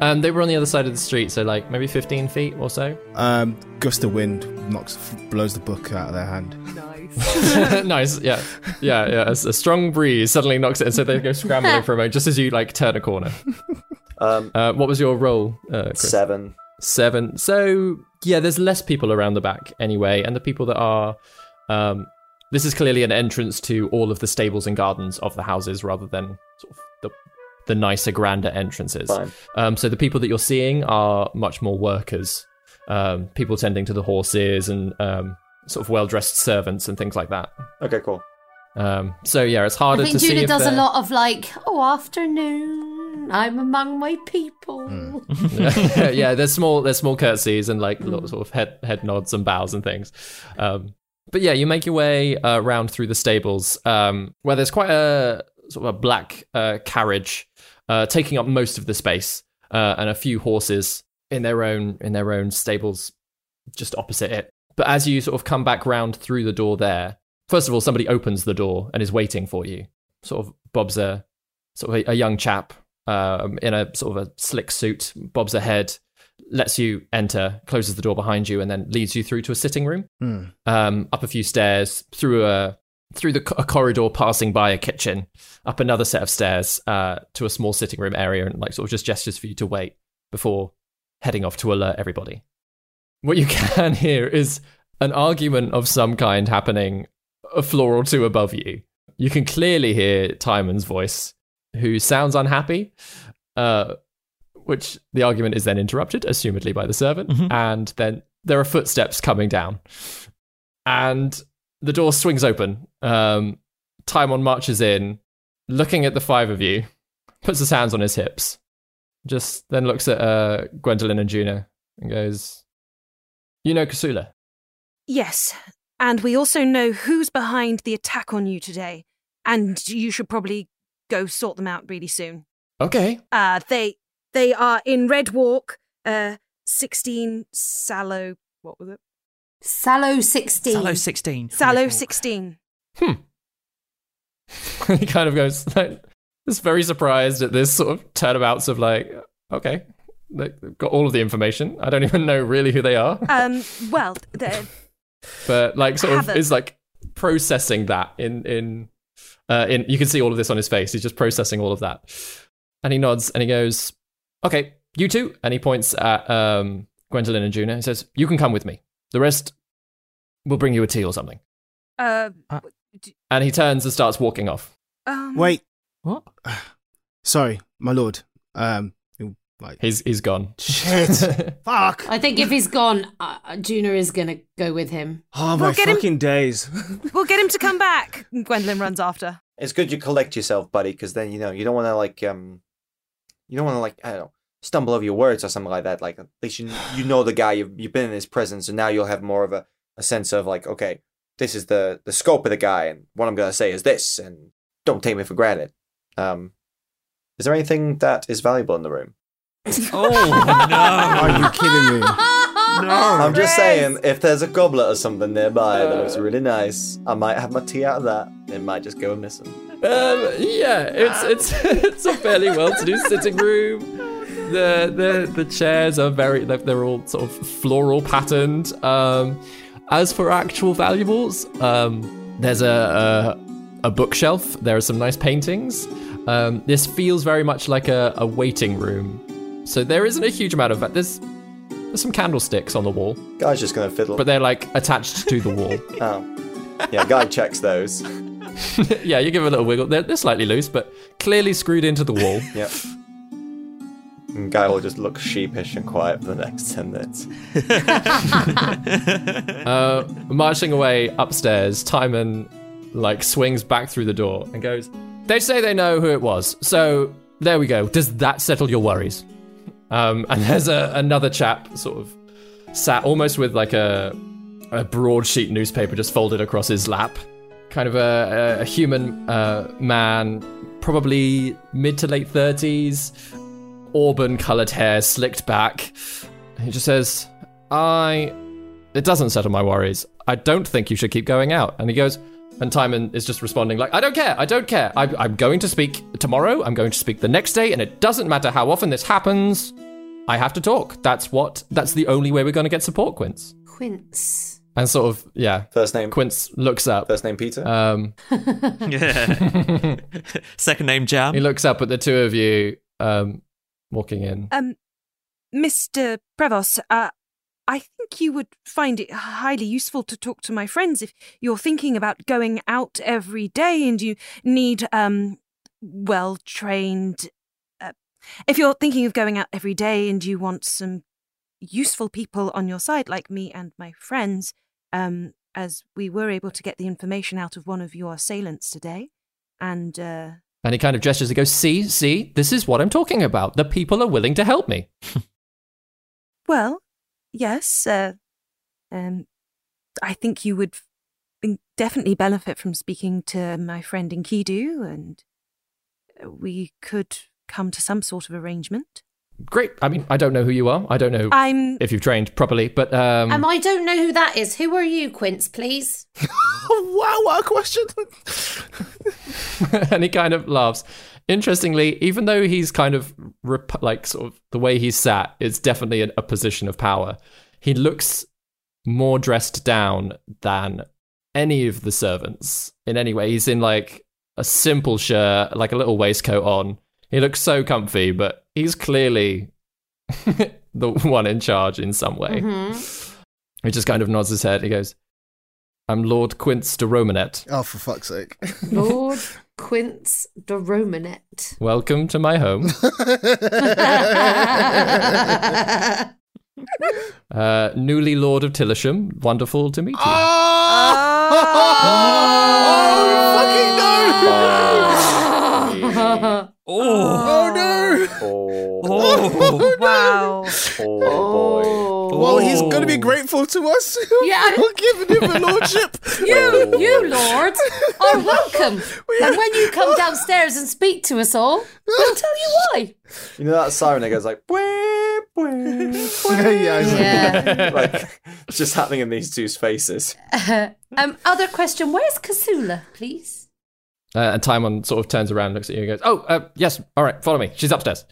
Speaker 2: Um, they were on the other side of the street, so like maybe 15 feet or so.
Speaker 8: Um, gust of wind knocks, blows the book out of their hand.
Speaker 2: nice, Uh, yeah, <laughs> yeah, yeah. A, a strong breeze suddenly knocks it, and so they go scrambling for a moment, just as you like turn a corner.
Speaker 6: Um,
Speaker 2: Uh, what was your roll, uh, Chris?
Speaker 6: seven.
Speaker 2: Seven. So yeah, there's less people around the back anyway, and the people that are, um, this is clearly an entrance to all of the stables and gardens of the houses, rather than sort of the the nicer, grander entrances.
Speaker 6: Fine.
Speaker 2: Um, so the people that you're seeing are much more workers, um, people tending to the horses and um, sort of well dressed servants and things like that.
Speaker 6: Okay, cool.
Speaker 2: Um, so yeah, it's
Speaker 9: I
Speaker 2: harder
Speaker 9: think
Speaker 2: to see.
Speaker 9: Juna
Speaker 2: if
Speaker 9: does a
Speaker 2: they're-
Speaker 9: lot of like, oh, afternoon, I'm among my people.
Speaker 2: <laughs> yeah, there's small there's small curtsies and like little sort of head head nods and bows and things. Um, but yeah, you make your way uh, round through the stables um, where there's quite a sort of a black uh, carriage uh, taking up most of the space uh, and a few horses in their own in their own stables just opposite it. But as you sort of come back round through the door there, first of all, somebody opens the door and is waiting for you. Sort of Bob's a sort of a, a young chap um, in a sort of a slick suit, bobs ahead, lets you enter, closes the door behind you, and then leads you through to a sitting room,
Speaker 8: Hmm.
Speaker 2: um, up a few stairs, through a through the co- a corridor, passing by a kitchen, up another set of stairs uh, to a small sitting room area, and like sort of just gestures for you to wait before heading off to alert everybody. What you <laughs> can hear is an argument of some kind happening a floor or two above you. You can clearly hear Timon's voice, who sounds unhappy, uh, which the argument is then interrupted, assumedly by the servant, and then there are footsteps coming down, and the door swings open. Um, Timon marches in, looking at the five of you, puts his hands on his hips, just then looks at uh, Gwendolyn and Juno and goes, "You know Kasula."
Speaker 11: Yes, and we also know who's behind the attack on you today, and you should probably go sort them out really soon.
Speaker 2: Okay,
Speaker 11: Uh, they they are in Red Walk, uh, sixteen Sallow. What was it?
Speaker 9: Sallow 16.
Speaker 3: Sallow 16.
Speaker 11: Sallow
Speaker 3: Red Hawk.
Speaker 11: sixteen.
Speaker 2: <laughs> he kind of goes like is very surprised at this sort of turnabouts of like okay they've got all of the information i don't <laughs> even know really who they are
Speaker 11: Um, well,
Speaker 3: <laughs>
Speaker 11: they're-
Speaker 2: but like sort of
Speaker 11: Havoc.
Speaker 2: is like processing that in in uh in you can see all of this on his face he's just processing all of that and he nods and he goes okay you two and he points at um gwendolyn and juno and says you can come with me the rest will bring you a tea or something
Speaker 11: uh,
Speaker 2: and he turns and starts walking off
Speaker 11: um,
Speaker 8: Wait,
Speaker 3: What?
Speaker 8: <sighs> sorry, my lord. Um, he'll, like
Speaker 2: he's he's gone
Speaker 8: shit, <laughs> fuck.
Speaker 9: I think if he's gone, uh, uh, Juna is going to go with him.
Speaker 8: Oh
Speaker 11: Well,
Speaker 8: my
Speaker 11: get him-
Speaker 8: fucking days. <laughs>
Speaker 11: We'll get him to come back. Gwendolyn runs after.
Speaker 6: It's good you collect yourself, buddy, because then you know you don't want to like um, you don't want to like I don't know stumble over your words or something like that. Like at least you you know the guy you've you've been in his presence, and now you'll have more of a, a sense of like okay, this is the the scope of the guy, and what I'm gonna say is this, and don't take me for granted. Um, is there anything that is valuable in the room?
Speaker 3: Oh,
Speaker 8: <laughs>
Speaker 3: no.
Speaker 8: Are you kidding me?
Speaker 11: <laughs>
Speaker 6: <laughs> I'm just saying, if there's a goblet or something nearby that looks really nice, I might have my tea out of that. It might just go missing.
Speaker 2: Um, yeah, it's it's <laughs> it's a fairly well-to-do sitting room. The the the chairs are very they're- they're all sort of floral patterned. Um, as for actual valuables, um, there's a, a a bookshelf. There are some nice paintings. Um, this feels very much like a, a waiting room. So there isn't a huge amount of there's there's some candlesticks on the wall,
Speaker 6: Guy's just gonna fiddle.
Speaker 2: but they're like attached to the wall.
Speaker 6: <laughs> oh, yeah, guy checks those.
Speaker 2: <laughs> yeah, you give it a little wiggle. They're, they're slightly loose, but clearly screwed into the wall.
Speaker 6: <laughs> Yep. And guy will just look sheepish and quiet for the next ten minutes.
Speaker 2: Uh, marching away upstairs, Timon like swings back through the door and goes, "They say they know who it was, so there we go. Does that settle your worries?" Um, and there's a, another chap, sort of sat almost with like a a broadsheet newspaper just folded across his lap, kind of a, a, a human uh, man, probably mid to late thirties, auburn coloured hair slicked back. He just says, "I it doesn't settle my worries. I don't think you should keep going out. And he goes, and Timon is just responding like, I don't care, I don't care. I, I'm going to speak tomorrow. I'm going to speak the next day, and it doesn't matter how often this happens. I have to talk. That's what. That's the only way we're going to get support, Quince.
Speaker 9: Quince.
Speaker 2: And sort of, yeah.
Speaker 6: First name
Speaker 2: Quince looks up.
Speaker 6: First name Peter.
Speaker 2: Um, <laughs>
Speaker 3: Yeah. <laughs> Second name Jam.
Speaker 2: he looks up at the two of you um, walking in.
Speaker 11: Um, Mr. Prevost, uh, I think you would find it highly useful to talk to my friends if you're thinking about going out every day and you need um, well trained. Uh, if you're thinking of going out every day and you want some useful people on your side, like me and my friends, um, as we were able to get the information out of one of your assailants today, and uh,
Speaker 2: And he kind of gestures and goes, See, see, this is what I'm talking about. The people are willing to help me.
Speaker 11: Well, yes. Uh, um, I think you would f- definitely benefit from speaking to my friend Enkidu, and uh, we could come to some sort of
Speaker 8: <laughs>
Speaker 11: arrangement.
Speaker 2: Great. I mean, I don't know who you are. I don't know
Speaker 11: I'm.
Speaker 2: if you've trained properly, but um,
Speaker 9: and I don't know who that is. Who are you, Quince, please?
Speaker 8: <laughs> wow, what a question!
Speaker 2: <laughs> and he kind of laughs. Interestingly, even though he's kind of rep- like sort of the way he's sat is definitely in a position of power, he looks more dressed down than any of the servants in any way. He's in like a simple shirt, like a little waistcoat on. He looks so comfy, but he's clearly <laughs> the one in charge in some way. He just kind of nods his head. He goes, I'm Lord Quince de Romanet.
Speaker 8: Oh, for fuck's sake!
Speaker 9: Lord Quince
Speaker 8: <laughs>
Speaker 9: de Romanet. <laughs>
Speaker 2: Welcome to my home. Uh, newly Lord of Tillisham, wonderful to meet you.
Speaker 8: Ah!
Speaker 3: Oh,
Speaker 8: <laughs>
Speaker 6: Oh,
Speaker 3: oh.
Speaker 11: Wow.
Speaker 6: oh, boy.
Speaker 8: Well, he's going to be grateful to us.
Speaker 9: Yeah.
Speaker 8: we're giving him a lordship.
Speaker 9: <laughs> You, you, Lord, are welcome. And when you come downstairs and speak to us all, we'll tell you why.
Speaker 6: You know that siren that goes like, "Bwee, bwee,
Speaker 8: <laughs>
Speaker 6: bwee,"
Speaker 8: yeah, he's like,
Speaker 9: Yeah.
Speaker 6: like it's just happening in these two's faces.
Speaker 9: <laughs> Um, other question. Where's Kasula, please?
Speaker 2: Uh, and Timon sort of turns around, and looks at you, and goes, "Oh, uh, yes, all right, follow me. She's upstairs.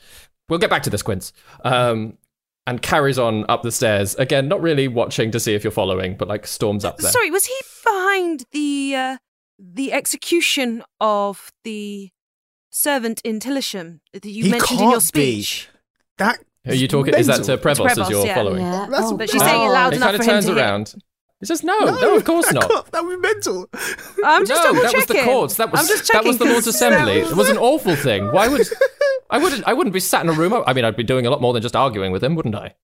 Speaker 2: We'll get back to this, Quince." Um, and carries on up the stairs again, not really watching to see if you're following, but like storms up there.
Speaker 11: Sorry, was he behind the uh, the execution of the servant in Tillisham that you
Speaker 8: He
Speaker 11: mentioned in your
Speaker 8: can't be.
Speaker 11: speech?
Speaker 8: That
Speaker 2: Are you talking? Is that to Prevost, as
Speaker 11: Prevost,
Speaker 2: you're
Speaker 11: yeah.
Speaker 2: following?
Speaker 8: That's-
Speaker 9: Oh,
Speaker 11: But she's saying it
Speaker 9: God.
Speaker 11: loud
Speaker 2: It
Speaker 11: enough
Speaker 2: kind of
Speaker 11: for him
Speaker 2: turns
Speaker 11: to hear.
Speaker 2: around. He says, "No, no, of course
Speaker 8: that
Speaker 2: not."
Speaker 8: can't- that would be mental.
Speaker 11: I'm just
Speaker 2: no,
Speaker 11: double
Speaker 2: that was the
Speaker 11: checking.
Speaker 2: courts. That
Speaker 11: I'm
Speaker 2: was
Speaker 11: just
Speaker 2: that was the
Speaker 11: checking <laughs>
Speaker 2: Lord's
Speaker 11: 'cause-
Speaker 2: Assembly. It was an awful thing. Why would I wouldn't I wouldn't be sat in a room? I mean, I'd be doing a lot more than just arguing with him, wouldn't I?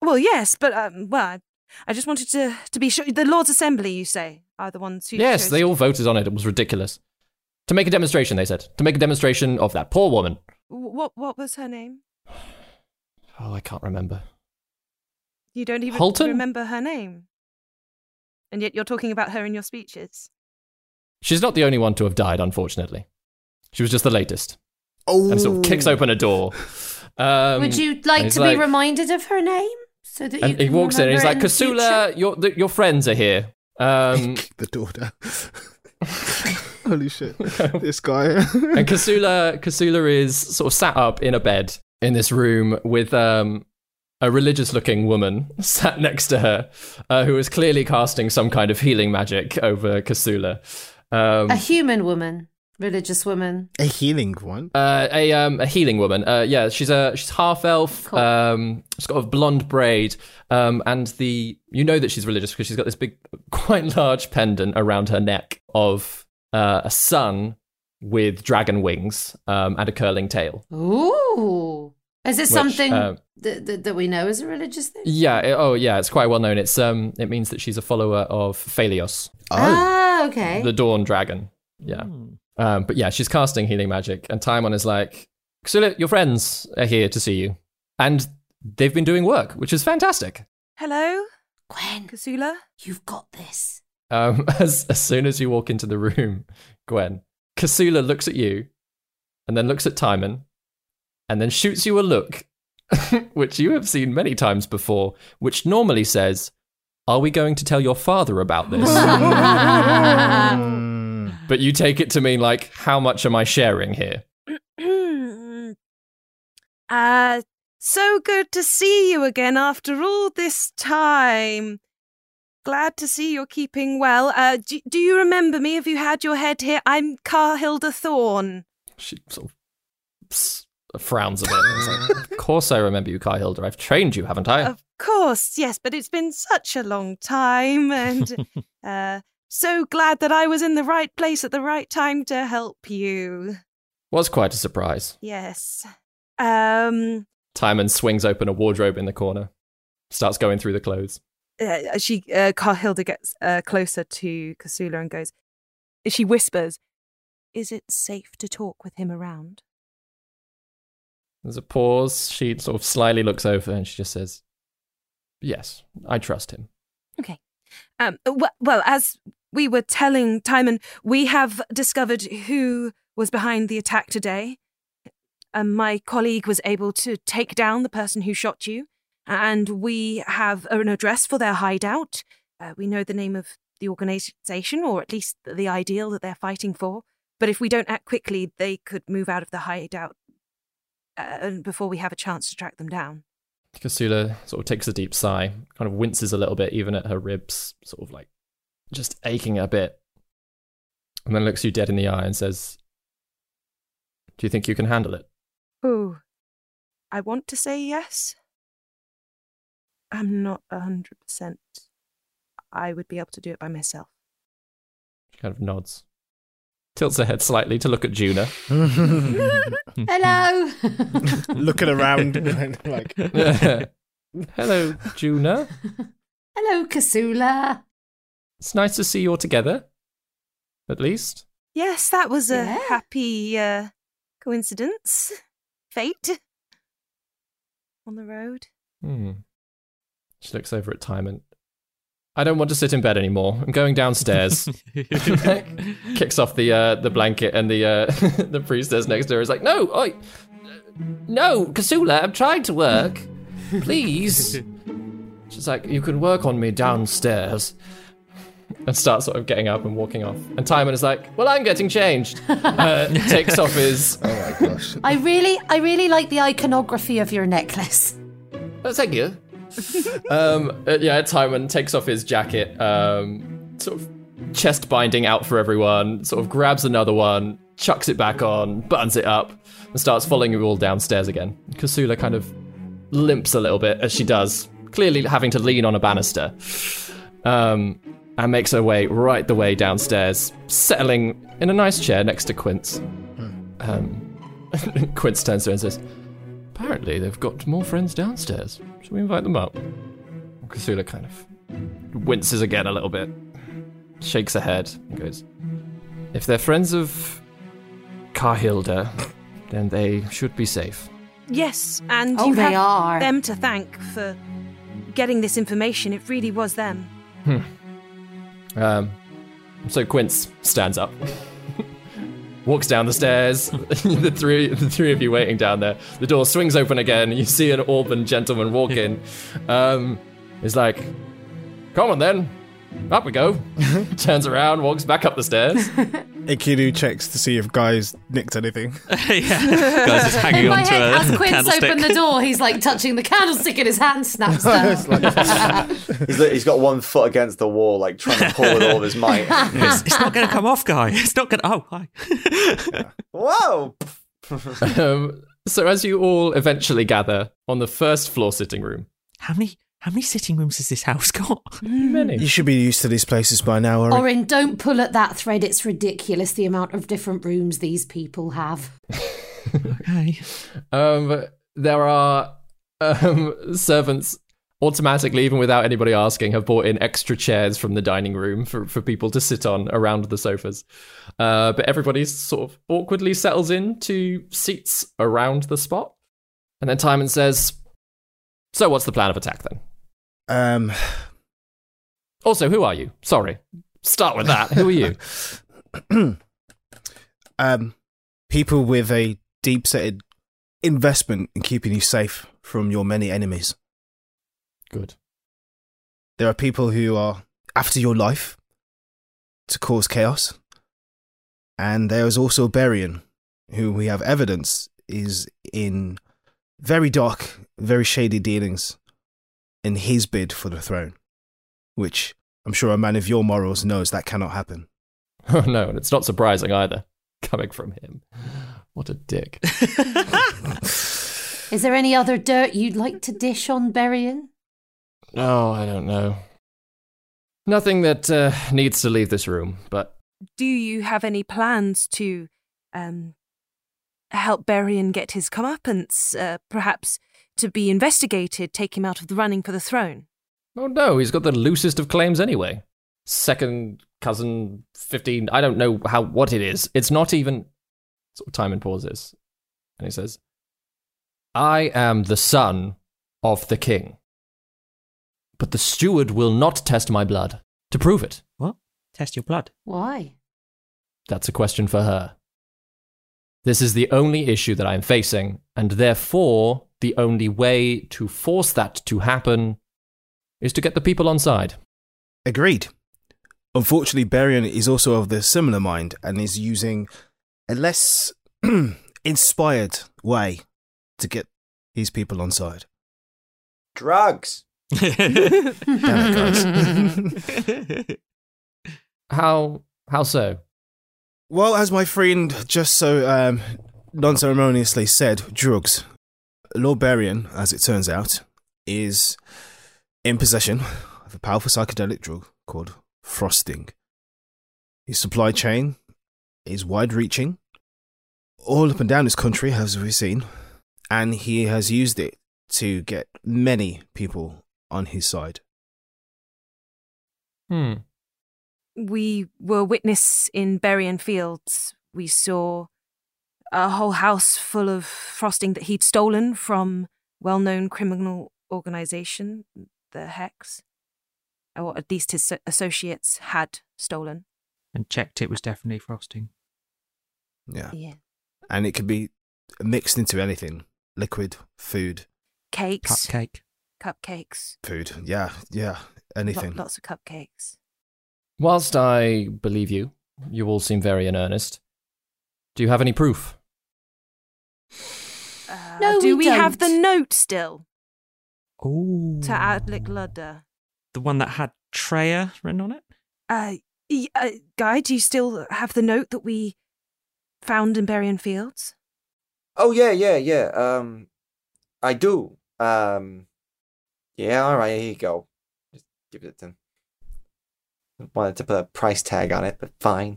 Speaker 11: Well, yes, but um, well, I- I just wanted to to be sure. The Lords Assembly, you say, are the ones who.
Speaker 2: Yes,
Speaker 11: chose-
Speaker 2: they all voted on it. It was ridiculous. To make a demonstration, they said. To make a demonstration of that poor woman.
Speaker 11: Wh- What What was her name?
Speaker 2: Oh, I can't remember.
Speaker 11: You don't even
Speaker 2: Holton?
Speaker 11: remember her name, and yet you're talking about her in your speeches.
Speaker 2: She's not the only one to have died, unfortunately. She was just the latest.
Speaker 8: Oh,
Speaker 9: <laughs>
Speaker 2: And sort of kicks open a door. Um,
Speaker 9: Would you
Speaker 2: and
Speaker 9: like
Speaker 2: he's
Speaker 9: to be reminded of her name? So that you
Speaker 2: And he
Speaker 9: can
Speaker 2: walks in and he's like,
Speaker 9: remember it in the future.
Speaker 2: Kasula, your, th your friends are
Speaker 9: <laughs>
Speaker 2: here. Um,
Speaker 8: the door down. Holy
Speaker 6: <laughs>
Speaker 8: shit. this guy.
Speaker 2: <laughs> and Kasula Kasula is sort of sat up in a bed in this room with um a religious looking woman <laughs> sat next to her uh, who is clearly casting some kind of healing magic over Kasula. Um,
Speaker 9: a human woman, religious woman.
Speaker 8: a healing one.
Speaker 2: uh, a um, a healing woman. Uh, yeah, she's a she's half elf. Um, she's got a blonde braid, um, and the you know that she's religious because she's got this big, <laughs> quite large pendant around her neck of uh, a sun with dragon wings um, and a curling tail.
Speaker 9: Ooh. Is it
Speaker 2: Which,
Speaker 9: something
Speaker 2: uh,
Speaker 9: that, that, that we know is a religious thing?
Speaker 2: Yeah. It, oh, yeah. It's quite well known. It's um. It means that she's a follower of Phalios,
Speaker 8: Oh.
Speaker 9: Ah, okay.
Speaker 2: the Dawn Dragon. Yeah. Um. But yeah, she's casting healing magic, and Timon is like, "Xula, your friends are here to see you, and they've been doing work, which is fantastic."
Speaker 11: Hello,
Speaker 9: Gwen,
Speaker 11: Kasula.
Speaker 9: you've got this.
Speaker 2: Um. <laughs> As as soon as you walk into the room, <laughs> Gwen, Kasula looks at you, and then looks at Timon, and then shoots you a look, <laughs> which you have seen many times before, which normally says, "Are we going to tell your father about <laughs> <laughs>
Speaker 3: <laughs>
Speaker 2: this?" But you take it to mean like, how much am I sharing here?
Speaker 11: <clears throat> uh, so good to see you again after all this time. Glad to see you're keeping well. Uh, do, do you remember me? Have you had your head here? I'm Carhilda Thorne.
Speaker 2: She sort of s- frowns a bit. and is like, of course, I remember you, Kai Hilda. I've trained you, haven't I?
Speaker 11: Of course, yes, but it's been such a long time, and uh, so glad that I was in the right place at the right time to help you.
Speaker 2: Was quite a surprise.
Speaker 11: Yes. Um,
Speaker 2: Timon swings open a wardrobe in the corner, starts going through the clothes.
Speaker 11: uh, she uh, Carhilda gets uh, closer to Casula and goes. She whispers, "Is it safe to talk with him around?"
Speaker 2: There's a pause. She sort of slyly looks over and she just says, "Yes, I trust him."
Speaker 11: Okay. Um, well, well, as we were telling Timon, we have discovered who was behind the attack today. Um, my colleague was able to take down the person who shot you, and we have an address for their hideout. Uh, we know the name of the organization, or at least the ideal that they're fighting for. But if we don't act quickly, they could move out of the hideout uh, before we have a chance to track them down.
Speaker 2: Kasula sort of takes a deep sigh, kind of winces a little bit, even at her ribs, sort of like just aching a bit, and then looks you dead in the eye and says, "Do you think you can handle it?"
Speaker 11: Ooh, I want to say yes. I'm not a 100%. I would be able to do it by
Speaker 9: <laughs>
Speaker 11: myself.
Speaker 2: She kind of nods, tilts her head slightly to look at Juna.
Speaker 10: <laughs>
Speaker 9: Hello.
Speaker 8: Looking
Speaker 6: <laughs>
Speaker 8: around, <laughs> and, like
Speaker 2: <laughs> Hello, Juna.
Speaker 9: Hello, Kasula.
Speaker 2: It's nice to see you're together. At least.
Speaker 11: Yes, that was a
Speaker 9: Yeah.
Speaker 11: happy uh, coincidence. <laughs> Fate. On the road.
Speaker 2: Hmm. She looks over at Timon. I don't want to sit in bed anymore. I'm going downstairs. <laughs> Kicks off the uh, the blanket, and the uh, <laughs> the priestess next to her is like, "No, I, no, Kasula, I'm trying to work. Please." She's like, "You can work on me downstairs." And starts sort of getting up and walking off. And Timon is like, "Well, I'm getting changed." Uh, takes off his.
Speaker 8: oh my gosh.
Speaker 9: I really, I really like the iconography of your necklace.
Speaker 2: Oh, thank you. um, uh, yeah, Timon takes off his jacket, um, sort of chest binding out for everyone, sort of grabs another one, chucks it back on, buttons it up, and starts following you all downstairs again. Kasula kind of limps a little bit as she does, clearly having to lean on a banister, um, and makes her way right the way downstairs, settling in a nice chair next to Quince. Um, <laughs> Quince turns to her and says, Apparently, they've got more friends downstairs. Shall we invite them up? Kasula kind of winces again a little bit, shakes her head, and goes, If they're friends of Carhilda, then they should be safe.
Speaker 11: Yes, and
Speaker 9: Oh,
Speaker 11: you
Speaker 9: they
Speaker 11: have
Speaker 9: are.
Speaker 11: them to thank for getting this information. It really was them.
Speaker 2: Um, so Quince stands up <laughs> walks down the stairs. <laughs> the three, the three of you waiting down there. The door swings open again. You see an Auburn gentleman walk in. Um, he's like, "Come on then, up we go." Turns around, walks back up the stairs.
Speaker 8: Ikiru checks to see if Guy's nicked anything.
Speaker 10: yeah, guys just hanging
Speaker 9: In my
Speaker 10: on to
Speaker 9: head,
Speaker 10: a
Speaker 9: as Quince
Speaker 10: candlestick.
Speaker 9: opened the door, he's like touching the candlestick in his hand, snaps down.
Speaker 10: <laughs>
Speaker 6: he's, li- he's got one foot against the wall, like trying to pull with all of his might.
Speaker 3: it's, it's not going to come off, guy. It's not going to. Oh, hi. <laughs>
Speaker 6: Whoa!
Speaker 2: um, so as you all eventually gather on the first floor sitting room,
Speaker 3: How many how many sitting rooms has this house got?
Speaker 8: You should be used to these places by now, Orin.
Speaker 9: Orin, don't pull at that thread. It's ridiculous the amount of different rooms these people have.
Speaker 3: Okay.
Speaker 2: um, there are um, <laughs> servants automatically, even without anybody asking, have brought in extra chairs from the dining room for, for people to sit on around the sofas. Uh, but everybody sort of awkwardly settles into seats around the spot. And then Timon says, So what's the plan of attack then?
Speaker 8: Um,
Speaker 2: Also, who are you? Sorry. Start with that. Who are
Speaker 8: <laughs>
Speaker 2: you? <laughs>
Speaker 8: <clears throat> um, people with a deep-setted investment in keeping you safe from your many enemies.
Speaker 2: Good.
Speaker 8: There are people who are after your life to cause chaos, and there is also Berian, who we have evidence is in very dark, very shady dealings in his bid for the throne, which I'm sure a man of your morals knows that cannot happen.
Speaker 2: Oh no, and it's not surprising either, coming from him. What a dick.
Speaker 9: Is there any other dirt you'd like to dish on Berian?
Speaker 2: Oh, I don't know. Nothing that uh, needs to leave this room, but
Speaker 11: Do you have any plans to um, help Berian get his comeuppance, uh, perhaps to be investigated, take him out of the running for the throne?
Speaker 2: oh no, he's got the loosest of claims anyway. Second cousin, fifteen. I don't know how what it is. It's not even. Sort of time and pauses, and he says, "I am the son of the king, but the steward will not test my blood to prove it.
Speaker 3: What? Test your blood.
Speaker 9: Why?
Speaker 2: That's a question for her. This is the only issue that I'm facing, and therefore, the only way to force that to happen is to get the people on side.
Speaker 8: Agreed. Unfortunately, Berian is also of the similar mind and is using a less <clears throat> inspired way to get his people on side.
Speaker 3: <laughs>
Speaker 6: Drugs.
Speaker 8: Damn it, guys.
Speaker 3: <laughs>
Speaker 2: How how so?
Speaker 8: well, as my friend just so um, non ceremoniously said, drugs. Lord Berian, as it turns out, is in possession of a powerful psychedelic drug called frosting. His supply chain is wide reaching. All up and down this country, as we've seen, and he has used it to get many people on his side.
Speaker 2: Hmm.
Speaker 11: we were witness in Berrien Fields. We saw a whole house full of frosting that he'd stolen from well-known criminal organization, the Hex, or at least his so- associates had stolen.
Speaker 3: And checked it was definitely frosting.
Speaker 8: Yeah.
Speaker 11: Yeah,
Speaker 8: and it can be mixed into anything liquid food
Speaker 11: cakes,
Speaker 3: Cupcake.
Speaker 11: cupcakes,
Speaker 8: food yeah yeah
Speaker 11: lo-
Speaker 8: anything
Speaker 11: lots of cupcakes.
Speaker 2: Whilst I believe you, you all seem very in earnest. Do you have
Speaker 5: <laughs>
Speaker 2: any proof?
Speaker 11: Uh,
Speaker 9: No,
Speaker 11: do
Speaker 9: we
Speaker 11: we, have the
Speaker 9: don't.
Speaker 11: note still
Speaker 3: Oh.
Speaker 11: to Adlik Ludder?
Speaker 3: The one that had Treya written on it?
Speaker 11: Uh, y- uh, Guy, do you still have the note that we found in Berrien Fields? <laughs>
Speaker 6: Oh yeah, yeah, yeah. Um, I do. Um, yeah. All right. Here you go. Just give it to him. Wanted to put a price tag on it, but fine.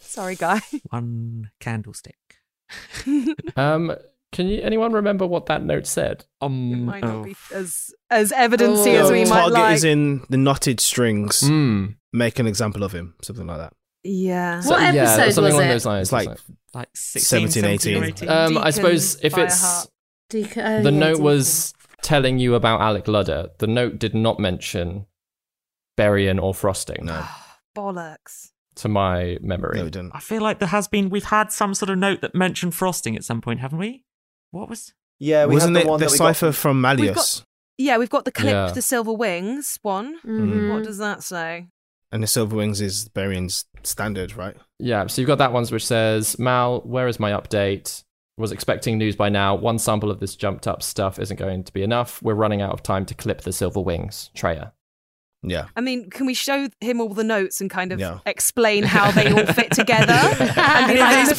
Speaker 11: Sorry, guy.
Speaker 3: one candlestick.
Speaker 5: <laughs>
Speaker 2: Um, can you anyone remember what that note said?
Speaker 5: It
Speaker 3: Um,
Speaker 5: might not
Speaker 3: oh.
Speaker 5: be as as evidency
Speaker 8: Oh, The
Speaker 5: as we might
Speaker 8: target
Speaker 5: like.
Speaker 8: is in the knotted strings
Speaker 2: Hmm.
Speaker 8: make an example of him something like that
Speaker 11: Yeah.
Speaker 9: What
Speaker 2: yeah,
Speaker 9: episode
Speaker 2: something
Speaker 9: was
Speaker 2: along
Speaker 9: it?
Speaker 2: those lines.
Speaker 8: it's like
Speaker 3: like 16,
Speaker 8: 17,
Speaker 3: 17,
Speaker 8: 18.
Speaker 3: 18.
Speaker 2: um, I
Speaker 11: Deacon
Speaker 2: suppose if
Speaker 11: by
Speaker 2: it's
Speaker 11: heart.
Speaker 9: Deacon,
Speaker 2: the note was telling you about Alec Ludder. The note did not mention Berrien or Frosting.
Speaker 8: no
Speaker 11: Bollocks.
Speaker 2: to my memory. No, we
Speaker 8: didn't.
Speaker 3: I feel like there has been. We've had some sort of note that mentioned frosting at some point, haven't we? What was?
Speaker 6: Yeah, we
Speaker 8: Wasn't
Speaker 6: had
Speaker 8: it
Speaker 6: the one
Speaker 8: the
Speaker 6: that we got
Speaker 8: cipher from
Speaker 11: We've
Speaker 8: Malleus?
Speaker 11: got, yeah, we've got the clip,
Speaker 8: Yeah.
Speaker 11: the silver wings one.
Speaker 8: Mhm.
Speaker 11: What does that say?
Speaker 8: And the Silver Wings is Barian's standard, right?
Speaker 2: Yeah, so you've got that one which says, Mal, where is my update? Was expecting news by now. One sample of this jumped up stuff isn't going to be enough. We're running out of time to clip the silver wings. Treya.
Speaker 8: Yeah.
Speaker 11: I mean, can we show him all the notes and kind of
Speaker 2: No.
Speaker 11: explain how they all fit together? and be
Speaker 3: Yeah,
Speaker 11: like, "This- <laughs>
Speaker 3: is this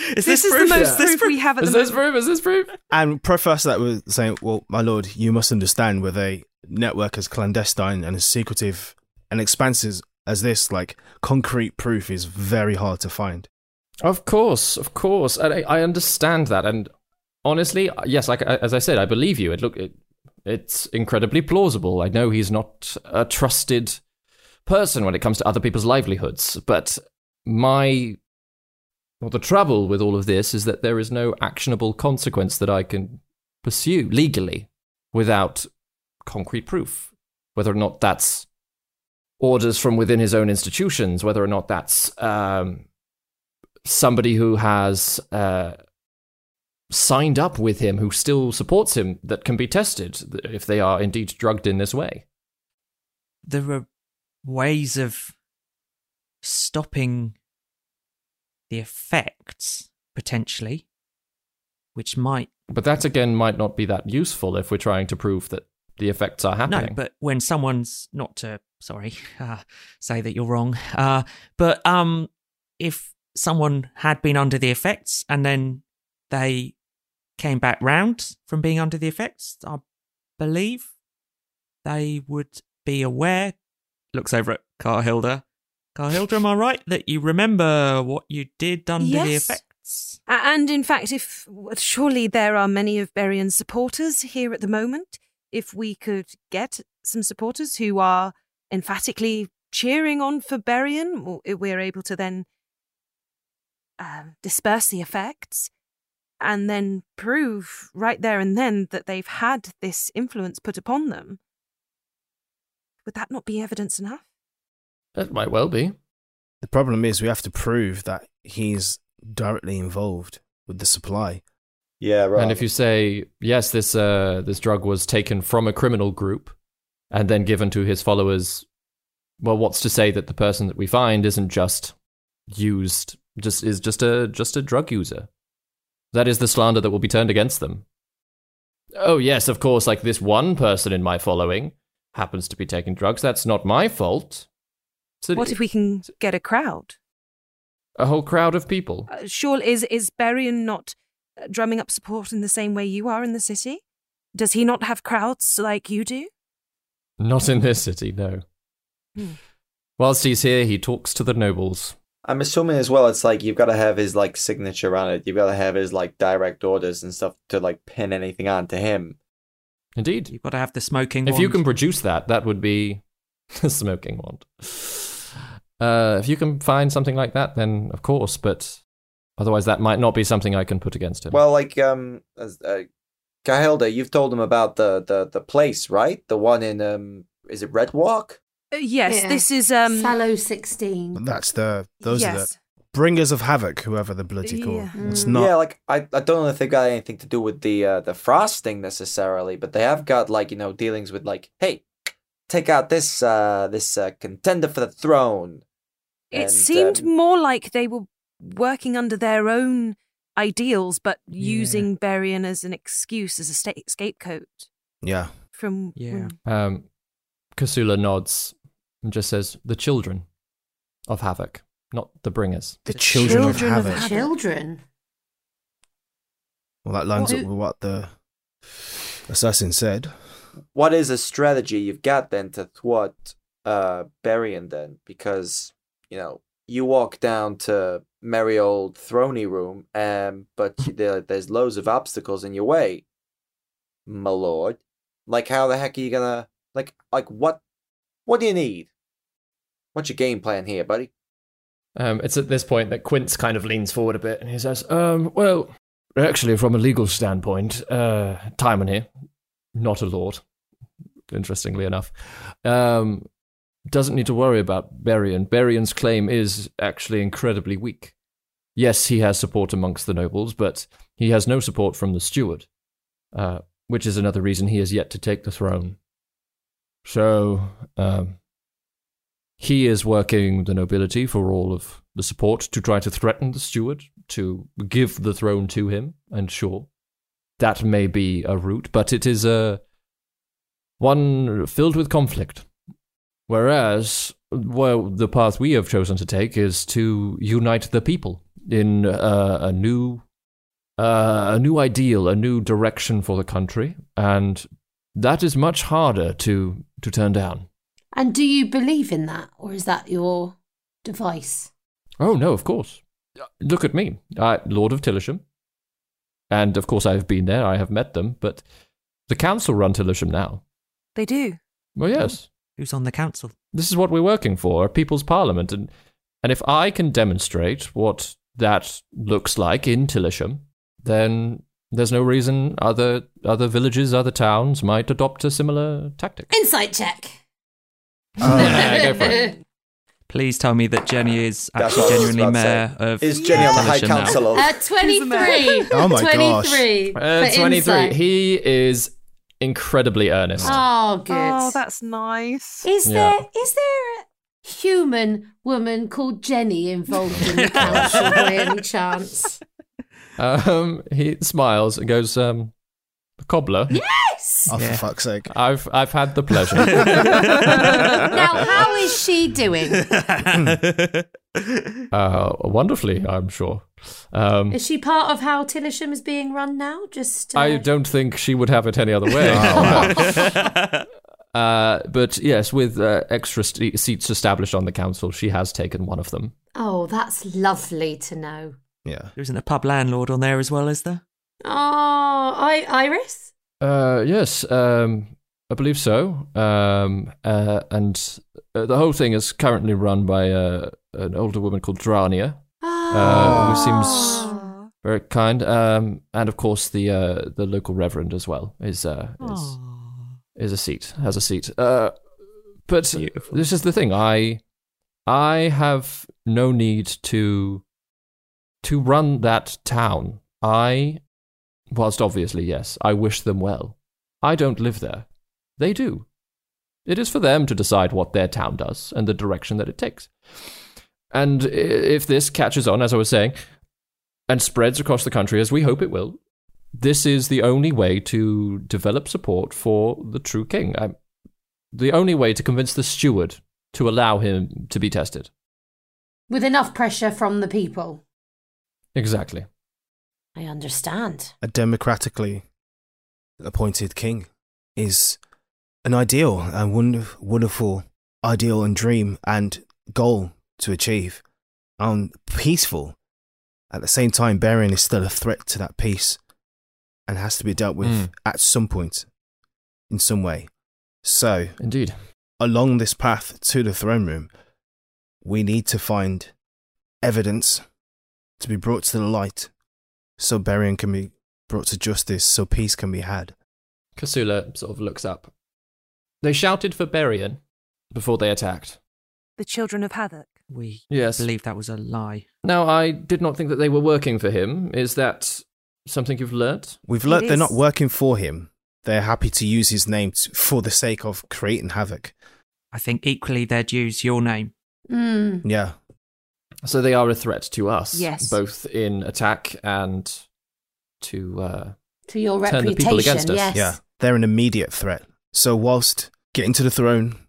Speaker 3: proof?
Speaker 11: This, is the most proof we have at the moment.
Speaker 2: proof? Is this proof?
Speaker 8: And preface that with saying, well, my lord, you must understand with a network as clandestine and as secretive and expansive as this, like, concrete proof is very hard to find.
Speaker 2: Of course, of course. And I, I understand that. And honestly, yes, like I- as I said, I believe you. It look, it, it's incredibly plausible. I know he's not a trusted person when it comes to other people's livelihoods. But my, well, the trouble with all of this is that there is no actionable consequence that I can pursue legally without concrete proof. Whether or not that's orders from within his own institutions, whether or not that's um, somebody who has uh, signed up with him, who still supports him, that can be tested th- if they are indeed drugged in this way.
Speaker 3: there are ways of stopping the effects potentially, which might
Speaker 2: But that again might not be that useful if we're trying to prove that the effects are happening.
Speaker 3: No, but when someone's not to sorry <laughs> uh, say that you're wrong, uh, but um, if someone had been under the effects and then they came back round from being under the effects, I believe they would be aware. Looks over at Carhilda. Carhilda, am I right that you remember what you did under the
Speaker 11: Yes.
Speaker 3: effect?
Speaker 11: A- And in fact, if surely there are many of Berrian's supporters here at the moment, if we could get some supporters who are emphatically cheering on for Berrien, w- we're able to then um, disperse the effects and then prove right there and then that they've had this influence put upon them. Would that not be evidence enough?
Speaker 2: That might well be.
Speaker 8: The problem is we have to prove that he's directly involved with the supply.
Speaker 6: Yeah,
Speaker 8: right.
Speaker 2: And if you say yes, this uh, this drug was taken from a criminal group and then given to his followers, well, what's to say that the person that we find isn't just used, just is just a just a drug user? That is the slander that will be turned against them. Oh yes, of course. Like this one person in my following happens to be taking drugs. That's not my fault. So
Speaker 11: what if we can get a crowd?
Speaker 2: a whole crowd of people?
Speaker 11: Uh, Shawl, is is Berrien not uh, drumming up support in the same way you are in the city? Does he not have crowds like you do?
Speaker 2: Not in this city, no.
Speaker 11: Hmm.
Speaker 2: Whilst he's here, he talks to the nobles.
Speaker 6: I'm assuming as well. It's like you've got to have his like signature on it. You've got to have his like direct orders and stuff to like pin anything on to him.
Speaker 2: Indeed.
Speaker 3: You've got to have the smoking.
Speaker 2: If you
Speaker 3: wand.
Speaker 2: can produce that, that would be <laughs> a smoking wand. Uh, if you can find something like that, then of course, but otherwise, that might not be something I can put against him.
Speaker 6: Well, like um, as, uh, Cahilda, you've told him about the the the place, right? The one in um, is it Red Walk?
Speaker 11: Uh, yes,
Speaker 9: Yeah.
Speaker 11: this is um
Speaker 9: Sallow 16.
Speaker 8: That's the, those are
Speaker 11: Yes.
Speaker 8: the bringers of havoc, whoever the bloody call.
Speaker 9: Yeah.
Speaker 8: It's
Speaker 9: Mm.
Speaker 8: not.
Speaker 6: Yeah, like I, I don't know if they've got anything to do with the uh, the frosting necessarily, but they have got like you know dealings with like, hey, take out this uh this uh, contender for the throne.
Speaker 11: It
Speaker 6: And,
Speaker 11: seemed
Speaker 6: um,
Speaker 11: more like they were working under their own ideals, but using Berrien as an excuse, as a sta- scapegoat
Speaker 8: yeah.
Speaker 11: from.
Speaker 3: Yeah.
Speaker 2: Um, Kasula nods and just says, "The children of havoc, not the bringers."
Speaker 8: The children of Children of havoc. havoc.
Speaker 9: Children.
Speaker 8: Well, that lines
Speaker 9: What-
Speaker 8: up with what the assassin said.
Speaker 6: What is a strategy you've got then to thwart uh Berrien then? Because you know you walk down to merry old throny room, um, but you- there, there's loads of obstacles in your way, my lord. Like how the heck are you gonna like like what what do you need? What's your game plan here, buddy?
Speaker 2: Um, it's at this point that Quince kind of leans forward a bit and he says, um, Well, actually, from a legal standpoint, uh, Timon here, not a lord, interestingly enough, um, doesn't need to worry about Berian. Berian's claim is actually incredibly weak. Yes, he has support amongst the nobles, but he has no support from the steward, uh, which is another reason he has yet to take the throne. So, um, he is working the nobility for all of the support to try to threaten the steward to give the throne to him, and sure, that may be a route, but it is a one filled with conflict. Whereas, well, the path we have chosen to take is to unite the people in uh, a new, uh, a new ideal, a new direction for the country, and that is much harder to to turn down.
Speaker 9: And do you believe in that, or is that your device?
Speaker 2: Oh no, of course. Look at me, I, Lord of Tillisham, and of course I have been there. I have met them, but the council run Tillisham now.
Speaker 11: They do.
Speaker 2: Well, yes.
Speaker 3: Oh, Who's on the council?
Speaker 2: This is what we're working for, a people's parliament. And, and if I can demonstrate what that looks like in Tillisham, then there's no reason other, other villages, other towns might adopt a similar tactic.
Speaker 9: Insight check.
Speaker 8: Oh.
Speaker 2: <laughs> Yeah, go for it.
Speaker 3: Please tell me that Jenny is
Speaker 6: That's
Speaker 3: actually
Speaker 6: what I was
Speaker 3: genuinely
Speaker 6: about to
Speaker 3: mayor
Speaker 6: say.
Speaker 3: of.
Speaker 6: Is Jenny on the High
Speaker 3: Tillisham now.
Speaker 6: Council of?
Speaker 9: <laughs> Uh, 23.
Speaker 8: <laughs> Oh my gosh.
Speaker 9: 23
Speaker 2: Uh,
Speaker 9: for
Speaker 2: 23.
Speaker 9: insight.
Speaker 2: He is incredibly earnest.
Speaker 9: Oh, good.
Speaker 11: Oh, that's nice.
Speaker 9: Is
Speaker 2: Yeah.
Speaker 9: there is there a human woman called Jenny involved
Speaker 2: <laughs>
Speaker 9: in the council by any chance?
Speaker 2: Um, he smiles and goes, um, the cobbler.
Speaker 9: Yes.
Speaker 8: Oh,
Speaker 3: Yeah.
Speaker 8: for fuck's sake.
Speaker 2: I've I've had the
Speaker 3: <laughs>
Speaker 2: pleasure.
Speaker 9: Now, how is she doing?
Speaker 8: <laughs>
Speaker 2: uh, wonderfully, I'm sure. Um,
Speaker 9: Is she part of how Tillisham is being run now? Just uh,
Speaker 2: I don't think she would have it any other way.
Speaker 8: Oh,
Speaker 2: <laughs> uh, but yes, with uh, extra st- seats established on the council, she has taken one of them.
Speaker 9: Oh, that's lovely to know.
Speaker 8: Yeah.
Speaker 3: There isn't a pub landlord on there as well, is there?
Speaker 9: Oh, I Iris.
Speaker 2: Uh, yes, um, I believe so. Um, uh, and uh, the whole thing is currently run by uh, an older woman called Drania, uh, who seems
Speaker 9: Oh.
Speaker 2: very kind. Um, and of course, the uh, the local reverend as well is uh, is is a seat has a seat. Uh, but
Speaker 3: Beautiful.
Speaker 2: this is the thing. I I have no need to to run that town. I, whilst obviously yes, I wish them well. I don't live there. They do. It is for them to decide what their town does and the direction that it takes. And i- if this catches on, as I was saying, and spreads across the country as we hope it will, this is the only way to develop support for the true king. i the only way to convince the steward to allow him to be tested.
Speaker 9: With enough pressure from the people.
Speaker 2: Exactly.
Speaker 9: I understand.
Speaker 8: A democratically appointed king is an ideal and wonder- wonderful ideal and dream and goal to achieve. Um, peaceful. At the same time, Berian is still a threat to that peace and has to be dealt with
Speaker 2: Mm.
Speaker 8: at some point, in some way. So,
Speaker 2: Indeed.
Speaker 8: along this path to the throne room, we need to find evidence to be brought to the light so Berian can be brought to justice, so peace can be had.
Speaker 2: Kasula sort of looks up. They shouted for Berian before they attacked.
Speaker 11: The children of Havoc.
Speaker 3: We
Speaker 2: Yes.
Speaker 3: believe that was a lie.
Speaker 2: Now, I did not think that they were working for him. Is that something you've learnt?
Speaker 8: We've
Speaker 11: It
Speaker 8: learnt they're not
Speaker 11: is-
Speaker 8: working for him. They're happy to use his name t for the sake of creating havoc.
Speaker 3: I think equally they'd use your name.
Speaker 9: Mm.
Speaker 8: Yeah.
Speaker 2: So they are a threat to us,
Speaker 11: Yes.
Speaker 2: both in attack and to. Uh,
Speaker 9: To your
Speaker 2: Turn the
Speaker 9: reputation.
Speaker 2: people against us.
Speaker 9: Yes.
Speaker 8: Yeah. They're an immediate threat. So, whilst getting to the throne,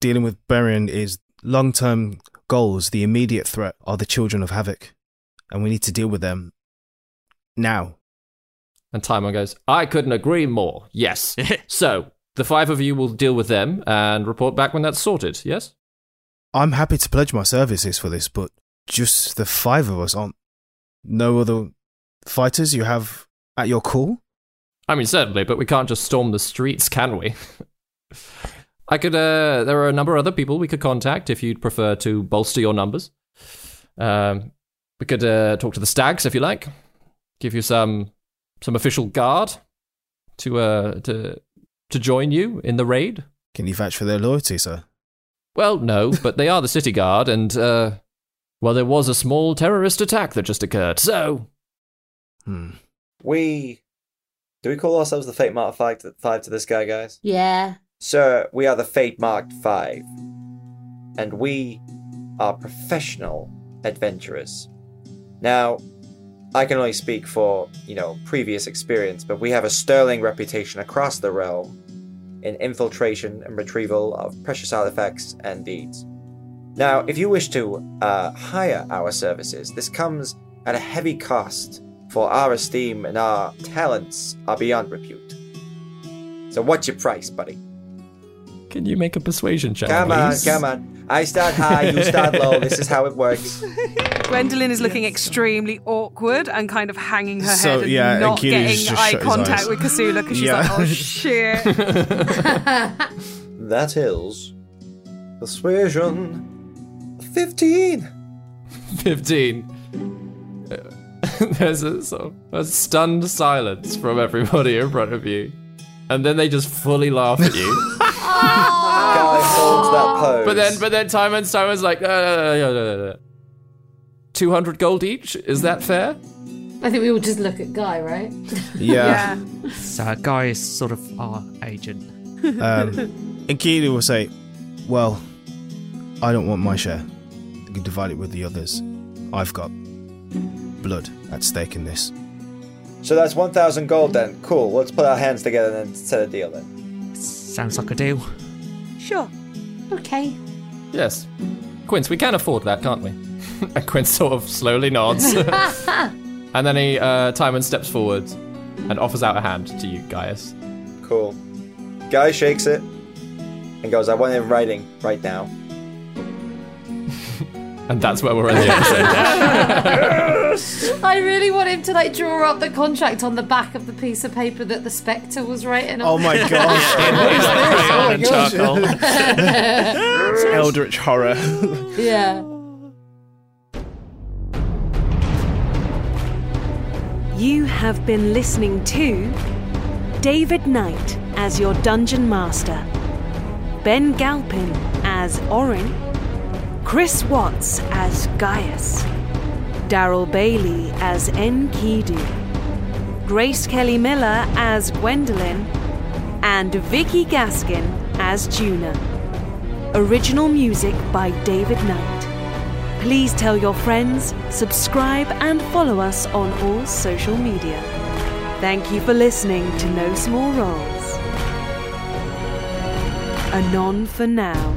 Speaker 8: dealing with Berian is long term goals, the immediate threat are the children of havoc. And we need to deal with them now.
Speaker 2: and Timon goes, I couldn't agree more. Yes. so the five of you will deal with them and report back when that's sorted. Yes?
Speaker 8: I'm happy to pledge my services for this, but just the five of us aren't. No other fighters you have at your call?
Speaker 2: I mean, certainly, but we can't just storm the streets, can we? I could. Uh, there are a number of other people we could contact if you'd prefer to bolster your numbers. Um, we could uh, talk to the stags if you like. Give you some some official guard to uh, to to join you in the raid.
Speaker 8: Can you vouch for their loyalty, sir?
Speaker 2: Well, no, but they are the city guard, and, uh, well, there was a small terrorist attack that just occurred, so.
Speaker 8: Hmm.
Speaker 6: We do we call ourselves the Fate Mark Five to, five to this guy, guys?
Speaker 9: Yeah.
Speaker 6: Sir, we are the Fate Marked Five, and we are professional adventurers. Now, I can only speak for you know previous experience, but we have a sterling reputation across the realm in infiltration and retrieval of precious artifacts and deeds. Now, if you wish to uh, hire our services, this comes at a heavy cost, for our esteem and our talents are beyond repute. So, what's your price, buddy?
Speaker 2: Can you make a persuasion check?
Speaker 6: Come on,
Speaker 2: please?
Speaker 6: come on. I start high, you start low.
Speaker 2: <laughs>
Speaker 6: This is how it works.
Speaker 5: Gwendolyn is looking extremely awkward and kind of hanging her head
Speaker 8: So,
Speaker 5: and
Speaker 8: yeah, and
Speaker 5: not
Speaker 8: Keely's
Speaker 5: getting
Speaker 8: just
Speaker 5: eye
Speaker 8: shut his
Speaker 5: contact
Speaker 8: eyes.
Speaker 5: with Kasula because she's "Oh,
Speaker 8: Yeah.
Speaker 5: like, oh shit.
Speaker 8: <laughs>
Speaker 6: That is persuasion 15.
Speaker 2: 15. Uh, <laughs> There's a, sort of, a stunned silence from everybody in front of you. And then they just fully laugh at <laughs> you.
Speaker 6: Guy holds that pose.
Speaker 2: but then but then Timon Simon's like, "Uh, no, no, no, no, no, no, no. 200 gold each? Is that fair?
Speaker 9: I think we all just look at Guy, right?
Speaker 8: <laughs> Yeah.
Speaker 3: So Guy is sort of our agent.
Speaker 8: <laughs> Um, and Keely will say, Well, I don't want my share. You can divide it with the others. I've got blood at stake in this.
Speaker 6: So that's 1,000 gold then. Cool. Let's put our hands together and set a deal then.
Speaker 3: Sounds like a deal.
Speaker 11: Sure.
Speaker 9: Okay.
Speaker 2: Yes. Quince, we can afford that, can't we? <laughs> and Quince sort of slowly <laughs>
Speaker 9: <laughs>
Speaker 2: nods. and then he, uh, Timon steps forward and offers out a hand to you, Gaius.
Speaker 6: Cool. Guy shakes it and goes, I want it in writing right now.
Speaker 2: And that's where we're at the episode. <laughs>
Speaker 9: I really want him to like draw up the contract on the back of the piece of paper that the spectre was writing on.
Speaker 8: Oh
Speaker 9: <laughs>
Speaker 8: my gosh.
Speaker 10: and
Speaker 8: <laughs>
Speaker 10: charcoal.
Speaker 8: It's <laughs> Eldritch horror.
Speaker 9: Yeah.
Speaker 13: You have been listening to David Knight as your Dungeon Master, Ben Galpin as Orin, Chris Watts as Gaius, Daryl Bailey as Enkidu, Grace Kelly Miller as Gwendolyn, and Vicky Gaskin as Juna. Original music by David Knight. Please tell your friends, subscribe, and follow us on all social media. Thank you for listening to No Small Roles. Anon for now.